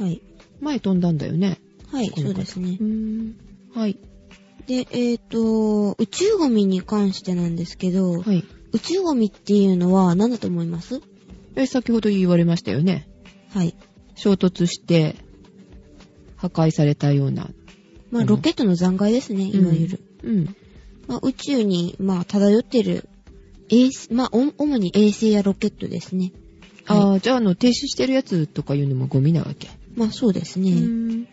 [SPEAKER 2] はい。
[SPEAKER 1] 前飛んだんだよね。
[SPEAKER 2] はい、
[SPEAKER 1] この方
[SPEAKER 2] そうですね
[SPEAKER 1] う。ーん。はい。
[SPEAKER 2] で、えっ、と、宇宙ゴミに関してなんですけど、
[SPEAKER 1] はい。
[SPEAKER 2] 宇宙ゴミっていうのは何だと思います
[SPEAKER 1] え、先ほど言われましたよね。
[SPEAKER 2] はい。
[SPEAKER 1] 衝突して、破壊されたような。
[SPEAKER 2] まあ、
[SPEAKER 1] うん
[SPEAKER 2] ロケットの残骸ですね、いわゆる。
[SPEAKER 1] うん。
[SPEAKER 2] まあ、宇宙に、まあ、漂ってる、衛星、まあ、お主に衛星やロケットですね。
[SPEAKER 1] あ
[SPEAKER 2] あ
[SPEAKER 1] あ、じゃあ、あの、停止してるやつとかいうのもゴミなわけ。
[SPEAKER 2] まあ、そうですね。
[SPEAKER 1] うん。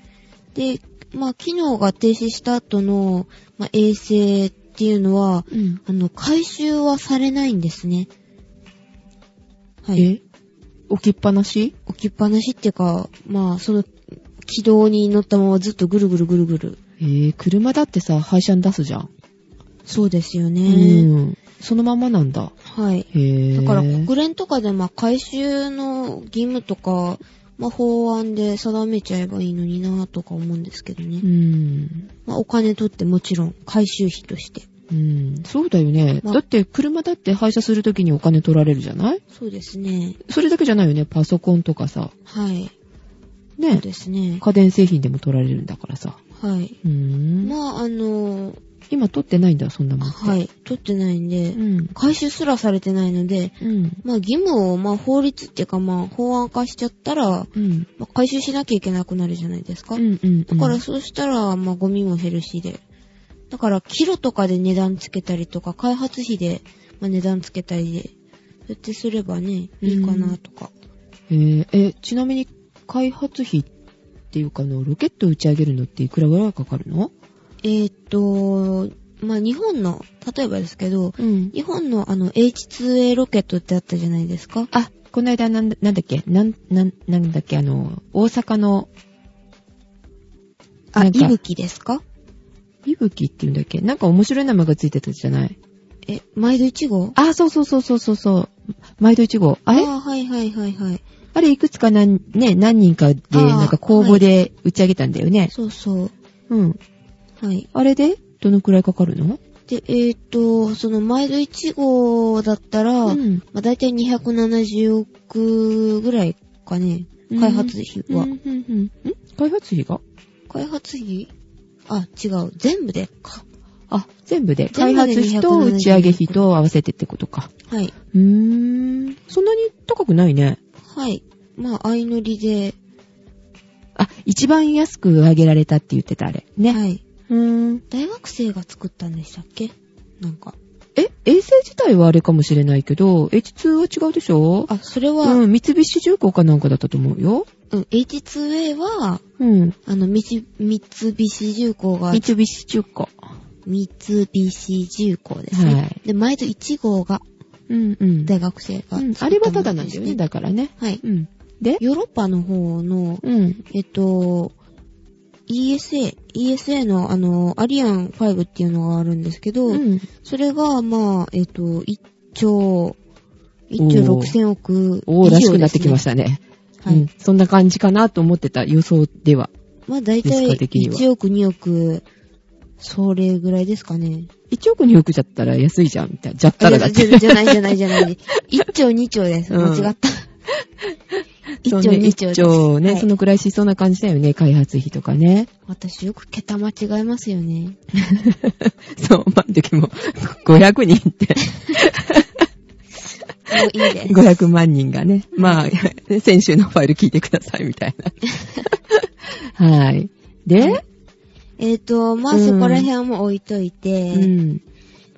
[SPEAKER 2] で、まあ、機能が停止した後の、まあ、衛星っていうのは、
[SPEAKER 1] うん。
[SPEAKER 2] あの、回収はされないんですね。はい。
[SPEAKER 1] え置きっぱなし
[SPEAKER 2] 置きっぱなしっていうか、まあ、その、軌道に乗ったままずっとぐるぐるぐるぐる。
[SPEAKER 1] えー、車だってさ、廃車に出すじゃん。
[SPEAKER 2] そうですよね。
[SPEAKER 1] うん。そのままなんだ。
[SPEAKER 2] はい。
[SPEAKER 1] へえ。
[SPEAKER 2] だから国連とかでまあ回収の義務とか、まあ、法案で定めちゃえばいいのになぁとか思うんですけどね。
[SPEAKER 1] うん。
[SPEAKER 2] まあ、お金取ってもちろん回収費として。
[SPEAKER 1] うん。そうだよね。
[SPEAKER 2] ま
[SPEAKER 1] だって、車だって廃車するときにお金取られるじゃない
[SPEAKER 2] そうですね。
[SPEAKER 1] それだけじゃないよね。パソコンとかさ。
[SPEAKER 2] はい。そう
[SPEAKER 1] ね。
[SPEAKER 2] ですね。
[SPEAKER 1] 家電製品でも取られるんだからさ。
[SPEAKER 2] はい。
[SPEAKER 1] うーん。
[SPEAKER 2] まあ、あのー
[SPEAKER 1] 今取ってないんだ、そんなもんって。
[SPEAKER 2] はい。取ってないんで
[SPEAKER 1] う、ん。
[SPEAKER 2] 回収すらされてないので、
[SPEAKER 1] うん。
[SPEAKER 2] まあ、義務を、まあ、法律っていうか、まあ、法案化しちゃったら、
[SPEAKER 1] うん。
[SPEAKER 2] まあ、回収しなきゃいけなくなるじゃないですか。
[SPEAKER 1] うんうん。
[SPEAKER 2] だからそうしたら、まあ、ゴミも減るしで。だから、キロとかで値段つけたりとか、開発費で、まあ、値段つけたりで、そうやってすればね、いいかなとか。
[SPEAKER 1] えーえ、ちなみに、開発費っていうかあの、ロケット打ち上げるのっていくらぐらいかかるの
[SPEAKER 2] えー、っと、まあ、日本の、例えばですけど、
[SPEAKER 1] うん。
[SPEAKER 2] 日本のあの、H2A ロケットってあったじゃないですか。
[SPEAKER 1] あ、この間なんだ、なんだっけ、なん、なん、なんだっけ、あの、大阪の、
[SPEAKER 2] あ、
[SPEAKER 1] ないんか
[SPEAKER 2] ぶきですか
[SPEAKER 1] いぶきっていうんだっけなんか面白い名前がついてたじゃない
[SPEAKER 2] え、毎度1号
[SPEAKER 1] あ、そうそうそうそうそうそう。毎度1号。あ
[SPEAKER 2] あ
[SPEAKER 1] れ
[SPEAKER 2] あ、はいはいはいはい。
[SPEAKER 1] あれいくつかなん、ね、何人かで、
[SPEAKER 2] あー
[SPEAKER 1] なんか公募で打ち上げたんだよね。
[SPEAKER 2] そうそう。
[SPEAKER 1] うん。
[SPEAKER 2] はい。
[SPEAKER 1] あれで、どのくらいかかるの
[SPEAKER 2] で、えー、っと、その、毎度1号だったら、
[SPEAKER 1] ん。
[SPEAKER 2] まあ、大体270億ぐらいかね。開発費は。
[SPEAKER 1] うんうんうんん開発費が
[SPEAKER 2] 開発費あ、違う。全部でか。
[SPEAKER 1] あ、全部で。
[SPEAKER 2] 全部
[SPEAKER 1] 開
[SPEAKER 2] で
[SPEAKER 1] 発費と
[SPEAKER 2] 270
[SPEAKER 1] 打ち上げ費と合わせてってことか。
[SPEAKER 2] はい。
[SPEAKER 1] うーん。そんなに高くないね。
[SPEAKER 2] はい。まあ、相乗りで。
[SPEAKER 1] あ、一番安く上げられたって言ってたあれ。ね。
[SPEAKER 2] はい。
[SPEAKER 1] うーん。
[SPEAKER 2] 大学生が作ったんでしたっけなんか。
[SPEAKER 1] え、衛星自体はあれかもしれないけど、H2 は違うでしょ
[SPEAKER 2] あ、それは、
[SPEAKER 1] うん、三菱重工かなんかだったと思うよ。
[SPEAKER 2] ううん、H2A は、
[SPEAKER 1] うん。
[SPEAKER 2] あの、みち三菱重工が、
[SPEAKER 1] 三菱中古。
[SPEAKER 2] 三菱重工ですね。
[SPEAKER 1] はい
[SPEAKER 2] で、毎度1号が、
[SPEAKER 1] うんうん。
[SPEAKER 2] 大学生が、
[SPEAKER 1] うんあれはただなんだよね、。だからね。
[SPEAKER 2] はい。
[SPEAKER 1] うん。で
[SPEAKER 2] ヨーロッパの方の、
[SPEAKER 1] うん。
[SPEAKER 2] えっと、ESA、ESA のあの、アリアン5っていうのがあるんですけど、
[SPEAKER 1] うん。
[SPEAKER 2] それが、まあ、えっと、1兆、1兆6000億以上です、ね。
[SPEAKER 1] おおらしくなってきましたね。
[SPEAKER 2] は
[SPEAKER 1] うん
[SPEAKER 2] い。。
[SPEAKER 1] そんな感じかなと思ってた予想では。
[SPEAKER 2] まあ、だいた
[SPEAKER 1] リ
[SPEAKER 2] い
[SPEAKER 1] スク的には
[SPEAKER 2] 1億、2億、それぐらいですかね。
[SPEAKER 1] 1億2億じゃったら安いじゃん、みたいな。じゃったらだっ
[SPEAKER 2] じ
[SPEAKER 1] て。
[SPEAKER 2] ゃじゃじゃないじゃないじゃない。1兆、2兆です。
[SPEAKER 1] うん
[SPEAKER 2] 間違った。
[SPEAKER 1] そう
[SPEAKER 2] 1兆、
[SPEAKER 1] ね
[SPEAKER 2] 2兆です。
[SPEAKER 1] 一兆ね、
[SPEAKER 2] はい
[SPEAKER 1] そのくらいしそうな感じだよね、開発費とかね。
[SPEAKER 2] 私よく桁間違えます よね。
[SPEAKER 1] そう、まあ、時も、500人 って、
[SPEAKER 2] もういいです。
[SPEAKER 1] 500万人がね、まあ、先週のファイル聞いてください、みたいな。 はい。で、
[SPEAKER 2] えっ、と、ま
[SPEAKER 1] う
[SPEAKER 2] あ、
[SPEAKER 1] ん
[SPEAKER 2] そこら辺はもう置いといて、
[SPEAKER 1] うん。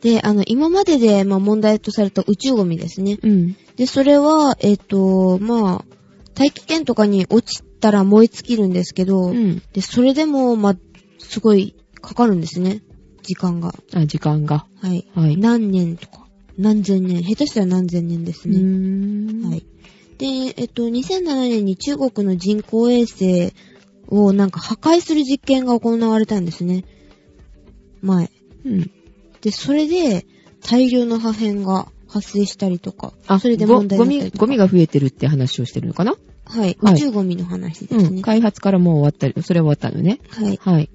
[SPEAKER 2] で、あの、今までで、まあ、問題とされた宇宙ゴミですね。
[SPEAKER 1] うん。
[SPEAKER 2] で、それは、えっ、と、まあ、大気圏とかに落ちたら燃え尽きるんですけど、
[SPEAKER 1] うん。
[SPEAKER 2] で、それでも、まあ、すごいかかるんですね。時間が。
[SPEAKER 1] あ、時間が。
[SPEAKER 2] はい。
[SPEAKER 1] はい。
[SPEAKER 2] 何年とか。何千年。下手したら何千年です
[SPEAKER 1] う
[SPEAKER 2] ね。
[SPEAKER 1] ーん
[SPEAKER 2] はい。。で、えっと、2007年に中国の人工衛星をなんか破壊する実験が行われたんですね。前。
[SPEAKER 1] うん。
[SPEAKER 2] で、それで大量の破片が発生したりとか。
[SPEAKER 1] あ、
[SPEAKER 2] それで
[SPEAKER 1] ご
[SPEAKER 2] 問題
[SPEAKER 1] ゴ
[SPEAKER 2] になっ
[SPEAKER 1] ミ
[SPEAKER 2] たり、とか。
[SPEAKER 1] ゴミが増えてるって話をしてるのかな
[SPEAKER 2] はい。
[SPEAKER 1] はい
[SPEAKER 2] 宇宙ゴミの話です
[SPEAKER 1] うん。
[SPEAKER 2] ね。
[SPEAKER 1] 開発からもう終わったり、それは終わったのね。
[SPEAKER 2] はい。
[SPEAKER 1] はい。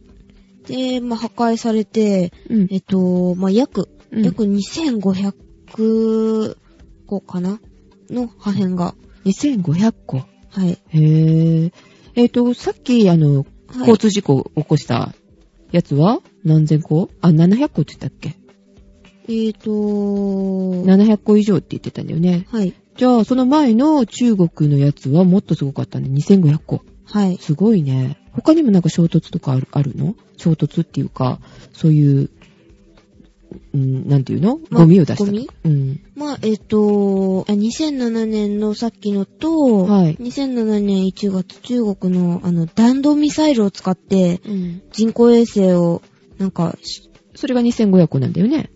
[SPEAKER 2] で、まあ、破壊されて、
[SPEAKER 1] うん。
[SPEAKER 2] えっと、まあ、約、
[SPEAKER 1] うん
[SPEAKER 2] 約2500個かなの破片が。
[SPEAKER 1] 2500個。
[SPEAKER 2] はい。
[SPEAKER 1] へー。えっ、と、さっき、あの、
[SPEAKER 2] はい
[SPEAKER 1] 交通事故を起こしたやつは何千個あ、700個って言ったっけ
[SPEAKER 2] えっと
[SPEAKER 1] ?700 個以上って言ってたんだよね。
[SPEAKER 2] はい。
[SPEAKER 1] じゃあ、その前の中国のやつはもっとすごかったね。2500個。
[SPEAKER 2] はい。
[SPEAKER 1] すごいね。他にもなんか衝突とかあるあるの衝突っていうか、そういう、うん、なんていうの
[SPEAKER 2] まあ
[SPEAKER 1] ゴミを出したと
[SPEAKER 2] ゴミ
[SPEAKER 1] か。うん。
[SPEAKER 2] まあ、えっ、と、あ2007年のさっきのと、
[SPEAKER 1] はい
[SPEAKER 2] 2007年1月中国のあの弾道ミサイルを使って
[SPEAKER 1] うん。
[SPEAKER 2] 人工衛星を、なんか、し
[SPEAKER 1] それが2500個なんだよね。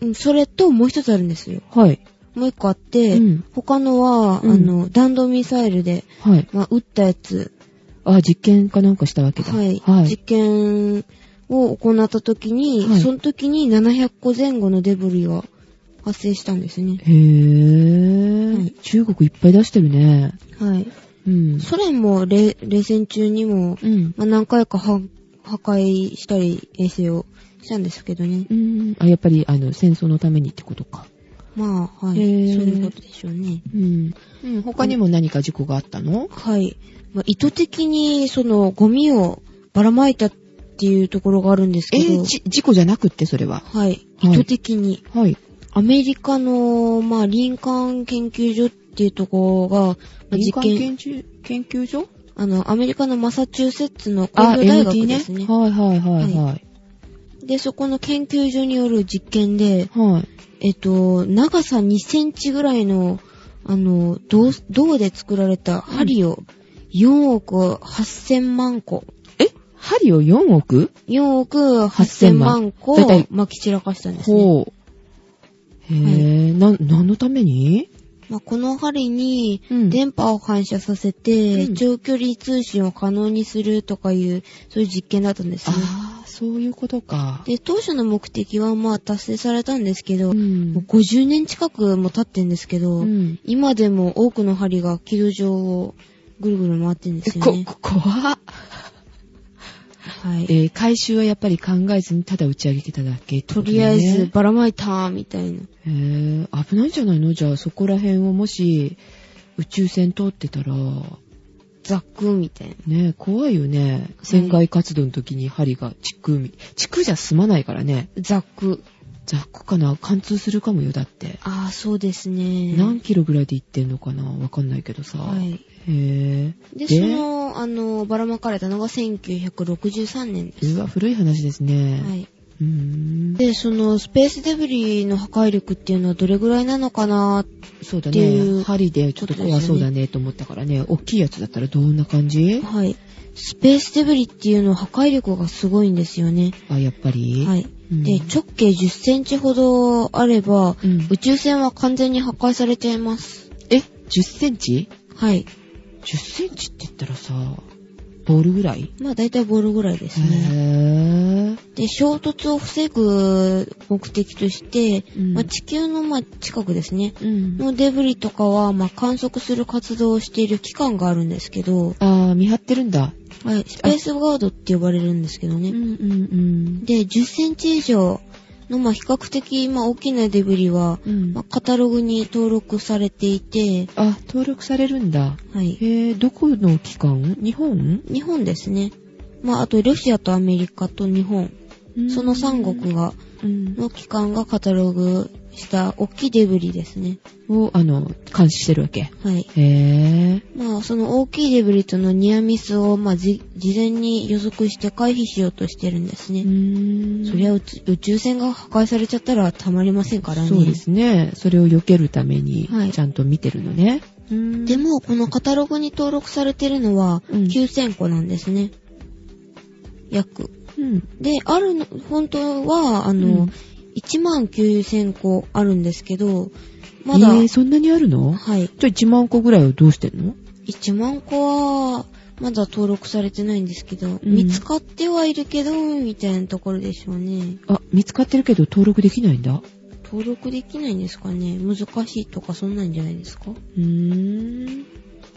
[SPEAKER 2] うんそれともう一つあるんですよ。
[SPEAKER 1] はい。
[SPEAKER 2] もう一個あって、
[SPEAKER 1] うん
[SPEAKER 2] 他のは、
[SPEAKER 1] うん
[SPEAKER 2] あの、弾道ミサイルで、
[SPEAKER 1] はい。
[SPEAKER 2] まあ、撃ったやつ、
[SPEAKER 1] あ、実験かなんかしたわけだ。
[SPEAKER 2] はい、実験を行った時に、
[SPEAKER 1] はい
[SPEAKER 2] その時に700個前後のデブリが発生したんですね。
[SPEAKER 1] へぇー、
[SPEAKER 2] はい
[SPEAKER 1] 中国いっぱい出してるね。
[SPEAKER 2] はい。
[SPEAKER 1] うん。
[SPEAKER 2] ソ連もれ冷戦中にも、
[SPEAKER 1] うん。
[SPEAKER 2] まあ、何回かは破壊したり衛星をしたんですけどね
[SPEAKER 1] う。ん。あ、やっぱり、あの、戦争のためにってことか。
[SPEAKER 2] まあ、はい。そ
[SPEAKER 1] へ
[SPEAKER 2] う
[SPEAKER 1] ー
[SPEAKER 2] いうことでしょうね。
[SPEAKER 1] うん。うん。他にも何か事故があったの
[SPEAKER 2] はい。まあ、意図的に、その、ゴミをばらまいたっていうところがあるんです
[SPEAKER 1] え
[SPEAKER 2] けど、
[SPEAKER 1] ーじ事故じゃなくって、それは。
[SPEAKER 2] はい。
[SPEAKER 1] は
[SPEAKER 2] 意
[SPEAKER 1] い
[SPEAKER 2] 図的に。
[SPEAKER 1] はい。
[SPEAKER 2] アメリカの、まあ、林間研究所っていうところが、まあ、
[SPEAKER 1] 民
[SPEAKER 2] 実
[SPEAKER 1] 間研
[SPEAKER 2] 験、
[SPEAKER 1] 究、研究所
[SPEAKER 2] あの、アメリカのマサチューセッツの工
[SPEAKER 1] あ、
[SPEAKER 2] 業大
[SPEAKER 1] MT
[SPEAKER 2] 学
[SPEAKER 1] ね
[SPEAKER 2] ですね。
[SPEAKER 1] はいはいはいはい。
[SPEAKER 2] で、そこの研究所による実験で、
[SPEAKER 1] はい。
[SPEAKER 2] えっと、長さ2センチぐらいの、あの、銅、銅で作られた針を、4億8000万個、
[SPEAKER 1] え針を4億
[SPEAKER 2] 4億8000万個
[SPEAKER 1] 大体
[SPEAKER 2] まき散らかしたんですね。
[SPEAKER 1] ほう。へぇー、な、何のために
[SPEAKER 2] まあ、この針に
[SPEAKER 1] うん
[SPEAKER 2] 電波を反射させて、
[SPEAKER 1] うん
[SPEAKER 2] 長距離通信を可能にするとかいう、そういう実験だったんですね。
[SPEAKER 1] ああ、そういうことか。
[SPEAKER 2] で、当初の目的はまあ達成されたんですけど、
[SPEAKER 1] ん
[SPEAKER 2] もう50年近くも経ってんですけど、
[SPEAKER 1] うん
[SPEAKER 2] 今でも多くの針が軌道上をぐるぐる回ってんですよ
[SPEAKER 1] こ、
[SPEAKER 2] ね。
[SPEAKER 1] こ、怖っ。
[SPEAKER 2] はい。
[SPEAKER 1] えー回収はやっぱり考えずにただ打ち上げてただけって
[SPEAKER 2] と
[SPEAKER 1] ことだ
[SPEAKER 2] りあ
[SPEAKER 1] よ
[SPEAKER 2] え
[SPEAKER 1] ね、
[SPEAKER 2] ずばらまいたーみたいな。
[SPEAKER 1] えー、危ないんじゃないのじゃあそこら辺をもし宇宙船通ってたら、
[SPEAKER 2] ザックみたいな。
[SPEAKER 1] ね、怖いよね。船外活動の時に針が地区み、地区じゃ済まないからね。
[SPEAKER 2] ザック。
[SPEAKER 1] ザックかな貫通するかもよ、だって。
[SPEAKER 2] ああ、そうですね。
[SPEAKER 1] 何キロぐらいで行ってんのかなわかんないけどさ。
[SPEAKER 2] はい。
[SPEAKER 1] へー。
[SPEAKER 2] で、その、あの、ばらまかれたのが1963年です。
[SPEAKER 1] うわ、古い話ですね。
[SPEAKER 2] はい。
[SPEAKER 1] うーん。
[SPEAKER 2] で、そのスペースデブリの破壊力っていうのはどれぐらいなのかな
[SPEAKER 1] そうだ
[SPEAKER 2] っていう
[SPEAKER 1] ね。針でちょっと怖そうだねと思ったからね。大きいやつだったらどんな感じ
[SPEAKER 2] はい。スペースデブリっていうのは破壊力がすごいんですよね。
[SPEAKER 1] あ、やっぱり。
[SPEAKER 2] はい。
[SPEAKER 1] うん
[SPEAKER 2] で、直径10センチほどあれば、
[SPEAKER 1] うん
[SPEAKER 2] 宇宙船は完全に破壊されちゃいます。
[SPEAKER 1] え、10センチ
[SPEAKER 2] はい。
[SPEAKER 1] 10センチって言ったらさ、ボールぐらい
[SPEAKER 2] まあ大体ボールぐらいです
[SPEAKER 1] へ
[SPEAKER 2] ね。
[SPEAKER 1] ぇ
[SPEAKER 2] で、衝突を防ぐ目的として、
[SPEAKER 1] うん
[SPEAKER 2] まあ地球のまあ近くですね。
[SPEAKER 1] うん。
[SPEAKER 2] のデブリとかは、まあ、観測する活動をしている機関があるんですけど、
[SPEAKER 1] あー、見張ってるんだ。
[SPEAKER 2] はい、スペースガードって呼ばれるんですけど
[SPEAKER 1] う
[SPEAKER 2] ね。
[SPEAKER 1] うん
[SPEAKER 2] で、10センチ以上の、まあ、比較的、まあ、大きなデブリは、
[SPEAKER 1] うん
[SPEAKER 2] まあ、カタログに登録されていて、
[SPEAKER 1] あ、登録されるんだ。
[SPEAKER 2] はい、
[SPEAKER 1] へぇどこの機関日本
[SPEAKER 2] 日本ですね。まあ、あと、ロシアとアメリカと日本、その3国が、
[SPEAKER 1] うん
[SPEAKER 2] の機関がカタログした大きいデブリですね。
[SPEAKER 1] を、あの、監視してるわけ。
[SPEAKER 2] はい。
[SPEAKER 1] へぇ
[SPEAKER 2] まあ、その大きいデブリとのニアミスを、まあ、じ事前に予測して回避しようとしてるんですね。
[SPEAKER 1] ん
[SPEAKER 2] そりゃ宇宙宇宙船が破壊されちゃったらたまりませんからね。
[SPEAKER 1] そうですね。それを避けるために
[SPEAKER 2] はい、
[SPEAKER 1] ちゃんと見てるのね。
[SPEAKER 2] でも、このカタログに登録されてるのは
[SPEAKER 1] うん
[SPEAKER 2] 9000個なんですね。約。
[SPEAKER 1] うん、
[SPEAKER 2] で、あるの、本当は、あの、
[SPEAKER 1] うん
[SPEAKER 2] 1万9000個あるんですけど、まだ、
[SPEAKER 1] えーそんなにあるの
[SPEAKER 2] は
[SPEAKER 1] じ
[SPEAKER 2] い。
[SPEAKER 1] ゃあ1万個ぐらいはどうしてんの
[SPEAKER 2] 1万個は、まだ登録されてないんですけど、
[SPEAKER 1] ん
[SPEAKER 2] 見つかってはいるけど、みたいなところでしょうね。
[SPEAKER 1] あ、見つかってるけど登録できないんだ。
[SPEAKER 2] 登録できないんですかね難しいとかそんなんじゃないですか
[SPEAKER 1] うーん。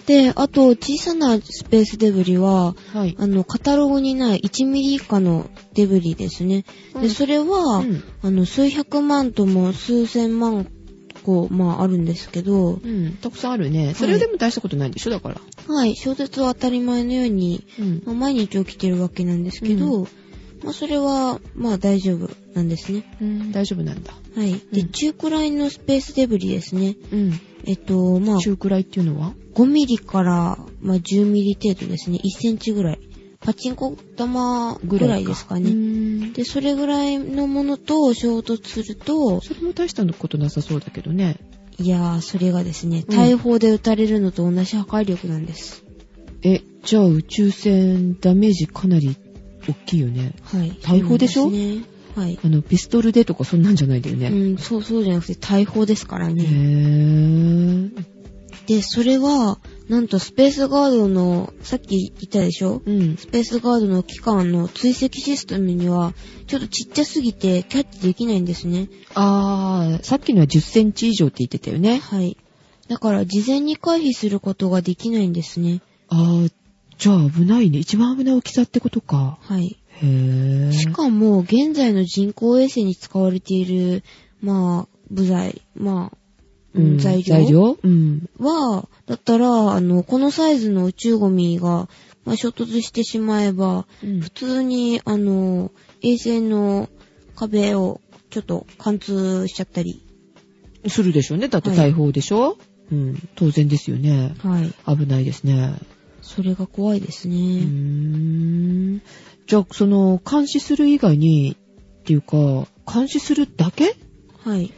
[SPEAKER 2] で、あと、小さなスペースデブリは、
[SPEAKER 1] はい。
[SPEAKER 2] あの、カタログにない1ミリ以下のデブリですね。
[SPEAKER 1] う
[SPEAKER 2] で、
[SPEAKER 1] ん
[SPEAKER 2] それは、
[SPEAKER 1] うん
[SPEAKER 2] あの、数百万とも数千万個、まあ、あるんですけど、
[SPEAKER 1] うん、たくさんあるね。それでも大したことないんでしょだから。
[SPEAKER 2] はい、小説は当たり前のように、
[SPEAKER 1] うん。
[SPEAKER 2] まあ、毎日起きてるわけなんですけど、
[SPEAKER 1] う
[SPEAKER 2] まあ、それは、まあ、大丈夫なんですね。
[SPEAKER 1] 大丈夫なんだ。
[SPEAKER 2] はい。で、
[SPEAKER 1] うん
[SPEAKER 2] 中くらいのスペースデブリですね。
[SPEAKER 1] うん。
[SPEAKER 2] えっと、まあ、
[SPEAKER 1] 中くらいっていうのは
[SPEAKER 2] 5ミリから、まあ、10ミリ程度ですね。1センチぐらい。パチンコ玉ぐらいですかね。
[SPEAKER 1] ね。で、
[SPEAKER 2] で、それぐらいのものと衝突すると、
[SPEAKER 1] それも大したことなさそうだけどね。
[SPEAKER 2] いやー、それがですね、
[SPEAKER 1] うん
[SPEAKER 2] 大砲で撃たれるのと同じ破壊力なんです。
[SPEAKER 1] え、じゃあ宇宙船ダメージかなり大きいよね。
[SPEAKER 2] はい。
[SPEAKER 1] 大砲でしょ
[SPEAKER 2] そうなんですね。はい。
[SPEAKER 1] あの、ピストルでとかそんなんじゃないんだよ
[SPEAKER 2] う
[SPEAKER 1] ね。
[SPEAKER 2] ん、そうそうじゃなくて大砲ですから
[SPEAKER 1] へ
[SPEAKER 2] ね。
[SPEAKER 1] ぇー。
[SPEAKER 2] で、それは、なんとスペースガードの、さっき言ったでしょ
[SPEAKER 1] うん。
[SPEAKER 2] スペースガードの機関の追跡システムには、ちょっとちっちゃすぎてキャッチできないんですね。
[SPEAKER 1] あー、さっきのは10センチ以上って言ってたよね。
[SPEAKER 2] はい。だから、事前に回避することができないんですね。
[SPEAKER 1] あー、じゃあ危ないね。一番危ない大きさってことか。
[SPEAKER 2] はい。
[SPEAKER 1] へぇー。
[SPEAKER 2] しかも、現在の人工衛星に使われている、まあ、部材、まあ、うん材料
[SPEAKER 1] 材料うん。
[SPEAKER 2] は、だったら、あの、このサイズの宇宙ゴミが、まあ、衝突してしまえば、普通に、あの、衛星の壁をちょっと貫通しちゃったり。
[SPEAKER 1] するでしょうね。だって大砲でしょ、うん。当然ですよね。
[SPEAKER 2] はい。
[SPEAKER 1] 危ないですね。
[SPEAKER 2] それが怖いです
[SPEAKER 1] うー
[SPEAKER 2] ね。
[SPEAKER 1] ん。じゃあ、その、監視する以外に、っていうか、監視するだけ
[SPEAKER 2] はい。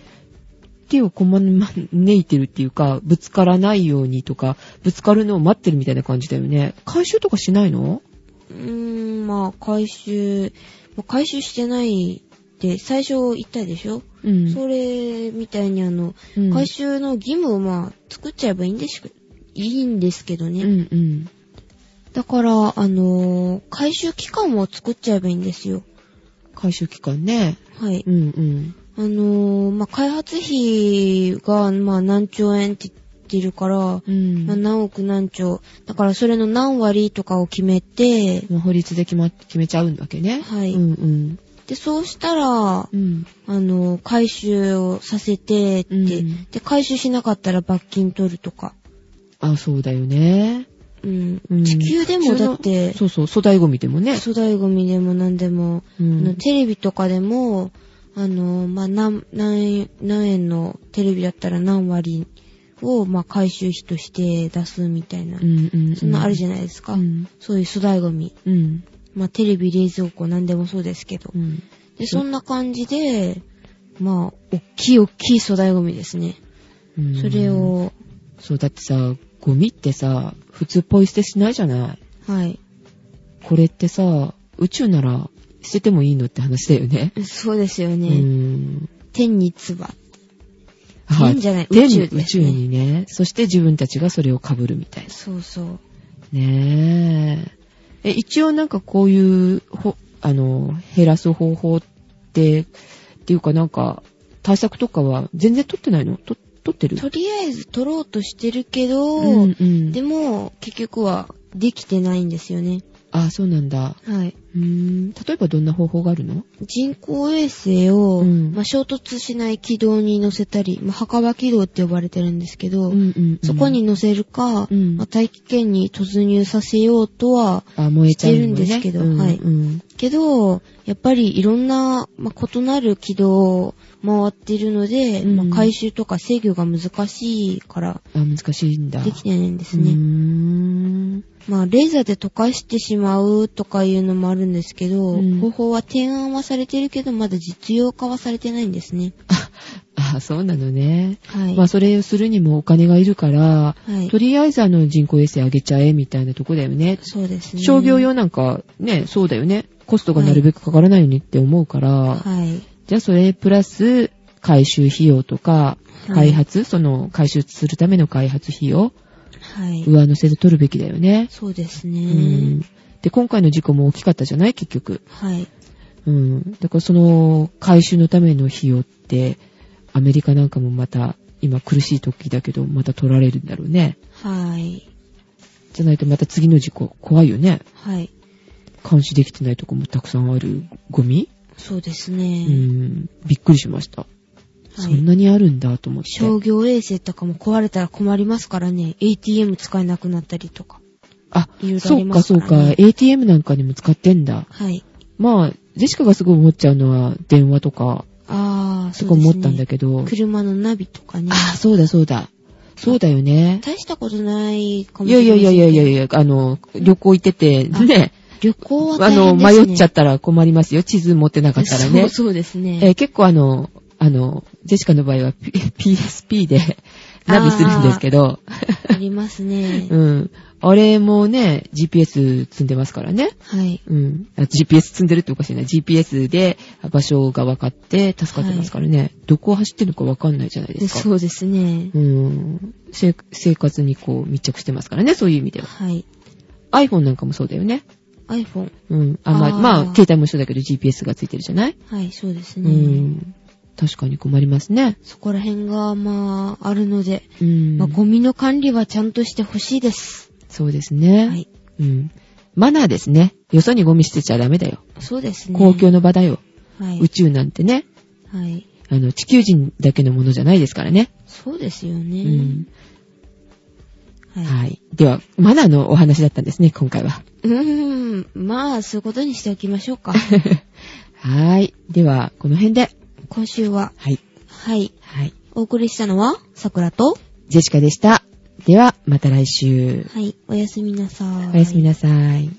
[SPEAKER 1] 手をこまねいてるっていうか、ぶつからないようにとか、ぶつかるのを待ってるみたいな感じだよね。回収とかしないの
[SPEAKER 2] うーん、まあ、回収、まあ回収してないって、最初言ったでしょ、
[SPEAKER 1] うん
[SPEAKER 2] それみたいに、あの、
[SPEAKER 1] うん
[SPEAKER 2] 回収の義務をまあ作っちゃえばいいんですけど、いいんですけどね。
[SPEAKER 1] うんうん。
[SPEAKER 2] だから、あのー回収期間を作っちゃえばいいんですよ。
[SPEAKER 1] 回収期間ね。
[SPEAKER 2] はい。
[SPEAKER 1] うんうん。
[SPEAKER 2] あのーまあ、開発費が、まあ、何兆円って言ってるから、
[SPEAKER 1] うん
[SPEAKER 2] まあ、何億何兆。だから、それの何割とかを決めて、
[SPEAKER 1] まあ法律で決ま、決めちゃうわけね。
[SPEAKER 2] はい
[SPEAKER 1] うんうん。
[SPEAKER 2] で、そうしたら、
[SPEAKER 1] うん。
[SPEAKER 2] あのー回収をさせてって、
[SPEAKER 1] うん
[SPEAKER 2] で、回収しなかったら罰金取るとか。
[SPEAKER 1] あ、そうだよね。
[SPEAKER 2] うん。
[SPEAKER 1] うん
[SPEAKER 2] 地球でもだっ
[SPEAKER 1] 普通
[SPEAKER 2] て、
[SPEAKER 1] のそうそう、粗大ゴミでもね。
[SPEAKER 2] 粗大ゴミでも何でも、
[SPEAKER 1] う
[SPEAKER 2] あの
[SPEAKER 1] ん。
[SPEAKER 2] テレビとかでも、あの、まあ、何、何、何円のテレビだったら何割を、まあ、回収費として出すみたいな。
[SPEAKER 1] うんうん。
[SPEAKER 2] そんなあるじ
[SPEAKER 1] ゃ
[SPEAKER 2] ゃないですか。
[SPEAKER 1] うん。
[SPEAKER 2] そういう粗大ゴミ。
[SPEAKER 1] うん。
[SPEAKER 2] まあ、テレビ、冷蔵庫、何でもそうですけど
[SPEAKER 1] う。ん。
[SPEAKER 2] で、そんな感じで、まあ、おっきいおっきい粗大ゴミですね。
[SPEAKER 1] うん
[SPEAKER 2] それ。を、
[SPEAKER 1] そう、だってさ、ゴミってさ、普通ポイ捨てしないじゃない
[SPEAKER 2] はい。
[SPEAKER 1] これってさ、宇宙なら捨ててもいいのって話だよね。
[SPEAKER 2] そうですよ
[SPEAKER 1] う
[SPEAKER 2] ね。
[SPEAKER 1] ん。
[SPEAKER 2] 天に唾。
[SPEAKER 1] はい
[SPEAKER 2] 天じゃない
[SPEAKER 1] 天
[SPEAKER 2] 宇宙
[SPEAKER 1] に
[SPEAKER 2] ですね
[SPEAKER 1] 宇宙にね。そして自分たちがそれを被るみたいな。
[SPEAKER 2] そうそう。
[SPEAKER 1] ねえ。え、一応なんかこういう、ほ、あの、減らす方法って、っていうかなんか、対策とかは全然取ってないのと取ってる
[SPEAKER 2] とりあえず取ろうとしてるけど、
[SPEAKER 1] うんうん。
[SPEAKER 2] でも、結局は、できてないんですよね。
[SPEAKER 1] あ、そうなんだ。
[SPEAKER 2] はい。
[SPEAKER 1] うーん。例えばどんな方法があるの
[SPEAKER 2] 人工衛星を、
[SPEAKER 1] うん
[SPEAKER 2] まあ、衝突しない軌道に乗せたり、まあ、墓場軌道って呼ばれてるんですけど、
[SPEAKER 1] んうん
[SPEAKER 2] そこに乗せるか、
[SPEAKER 1] うん
[SPEAKER 2] まあ、大気圏に突入させようとは、
[SPEAKER 1] あ、燃えちゃうのね
[SPEAKER 2] してるんですけど
[SPEAKER 1] うん
[SPEAKER 2] はい
[SPEAKER 1] うん。
[SPEAKER 2] けど、やっぱりいろんな、まあ、異なる軌道を回っているので、
[SPEAKER 1] うん
[SPEAKER 2] まあ、回収とか制御が難しいから、
[SPEAKER 1] あ、難しいんだ。
[SPEAKER 2] できてないんです
[SPEAKER 1] うー
[SPEAKER 2] ね。
[SPEAKER 1] ん。
[SPEAKER 2] まあ、レーザーで溶かしてしまうとかいうのもあるんですけど、
[SPEAKER 1] うん
[SPEAKER 2] 方法は提案はされてるけど、まだ実用化はされてないんですね。
[SPEAKER 1] あ、そうなのね。
[SPEAKER 2] はい。
[SPEAKER 1] まあ、それをするにもお金がいるから、
[SPEAKER 2] はい
[SPEAKER 1] と。りあえずあの人工衛星上げちゃえみたいなとこだよね。
[SPEAKER 2] そうですね。
[SPEAKER 1] 商業用なんかね、そうだよね。コストがなるべくかからないようにって思うから、
[SPEAKER 2] はい。
[SPEAKER 1] じゃあそれプラス回収費用とか、
[SPEAKER 2] はい
[SPEAKER 1] 開発、その回収するための開発費用、
[SPEAKER 2] はい。
[SPEAKER 1] 上乗せで取るべきだよね。
[SPEAKER 2] そうです
[SPEAKER 1] う
[SPEAKER 2] ね
[SPEAKER 1] ん。。で、今回の事故も大きかったじゃない結局。
[SPEAKER 2] はい。
[SPEAKER 1] うん。だからその回収のための費用って、アメリカなんかもまた、今苦しい時だけど、また取られるんだろうね。
[SPEAKER 2] はい。
[SPEAKER 1] じゃないとまた次の事故、怖いよね。
[SPEAKER 2] はい。
[SPEAKER 1] 監視できてないとこもたくさんあるゴミ。
[SPEAKER 2] そうです
[SPEAKER 1] う
[SPEAKER 2] ね。
[SPEAKER 1] ん。びっくりしました。
[SPEAKER 2] は
[SPEAKER 1] そ
[SPEAKER 2] い
[SPEAKER 1] んなにあるんだと思って。
[SPEAKER 2] 商業衛星とかも壊れたら困りますからね。ATM 使えなくなったりとか。
[SPEAKER 1] あ
[SPEAKER 2] いろ、いろあ
[SPEAKER 1] そ
[SPEAKER 2] り
[SPEAKER 1] う
[SPEAKER 2] ま
[SPEAKER 1] か
[SPEAKER 2] す
[SPEAKER 1] そう
[SPEAKER 2] からね
[SPEAKER 1] か。ATM なんかにも使ってんだ。
[SPEAKER 2] はい。
[SPEAKER 1] まあ、ジェシカがすごい思っちゃうのは電話とか、
[SPEAKER 2] あー、
[SPEAKER 1] そ
[SPEAKER 2] そう
[SPEAKER 1] こ
[SPEAKER 2] ですね。
[SPEAKER 1] 思ったんだけど。
[SPEAKER 2] 車のナビとかね。
[SPEAKER 1] あ、そうだそうだ。そうだよね。
[SPEAKER 2] 大したことないかも
[SPEAKER 1] い
[SPEAKER 2] しれ
[SPEAKER 1] や
[SPEAKER 2] ないい
[SPEAKER 1] やいやいやいやいや、あの、旅行行ってて、
[SPEAKER 2] あ
[SPEAKER 1] ね、
[SPEAKER 2] 旅行は
[SPEAKER 1] あ
[SPEAKER 2] 大
[SPEAKER 1] の、
[SPEAKER 2] 変ですね。
[SPEAKER 1] 迷っちゃったら困りますよ。地図持ってなかったら
[SPEAKER 2] そ
[SPEAKER 1] ね
[SPEAKER 2] う。そうです
[SPEAKER 1] えー
[SPEAKER 2] ね。
[SPEAKER 1] 結構あの、あの、ジェシカの場合は P- PSP でナビするんですけど、
[SPEAKER 2] ありますね。
[SPEAKER 1] うん。あれもね、GPS 積んでますからね。
[SPEAKER 2] はい。
[SPEAKER 1] うん。あ GPS 積んでるっておかしいな。GPS で場所が分かって助かってますからね。どこを走ってるのか分かんないじゃないですか。
[SPEAKER 2] そうですね。
[SPEAKER 1] うん。せ生活にこう密着してますからね、そういう意味では。
[SPEAKER 2] はい。
[SPEAKER 1] iPhone なんかもそうだよね。
[SPEAKER 2] iPhone。
[SPEAKER 1] うん。あ、まあ、
[SPEAKER 2] あー
[SPEAKER 1] まあ、携帯も一緒だけど GPS がついてるじゃない、
[SPEAKER 2] はい、そうです
[SPEAKER 1] う
[SPEAKER 2] ね。
[SPEAKER 1] ん。確かに困りますね。
[SPEAKER 2] そこら辺が、まあ、あるので、
[SPEAKER 1] うん。
[SPEAKER 2] まあ、ゴミの管理はちゃんとしてほしいです。
[SPEAKER 1] そうですね。
[SPEAKER 2] はい。
[SPEAKER 1] うん。マナーですね。よそにゴミ捨てちゃダメだよ。
[SPEAKER 2] そうですね。
[SPEAKER 1] 公共の場だよ。
[SPEAKER 2] はい。
[SPEAKER 1] 宇宙なんてね。
[SPEAKER 2] はい。
[SPEAKER 1] あの、地球人だけのものじゃないですからね。
[SPEAKER 2] そうですよ
[SPEAKER 1] う
[SPEAKER 2] ね。
[SPEAKER 1] ん。
[SPEAKER 2] はい。
[SPEAKER 1] はい。では、マナーのお話だったんですね、今回は。
[SPEAKER 2] うーん。まあ、そういうことにしておきましょうか。
[SPEAKER 1] はい。では、この辺で。
[SPEAKER 2] 今週は、
[SPEAKER 1] はい。
[SPEAKER 2] はい。
[SPEAKER 1] はい。
[SPEAKER 2] お送りしたのは、桜と、
[SPEAKER 1] ジェシカでした。では、また来週。
[SPEAKER 2] はい。おやすみなさーい。
[SPEAKER 1] おやすみなさい。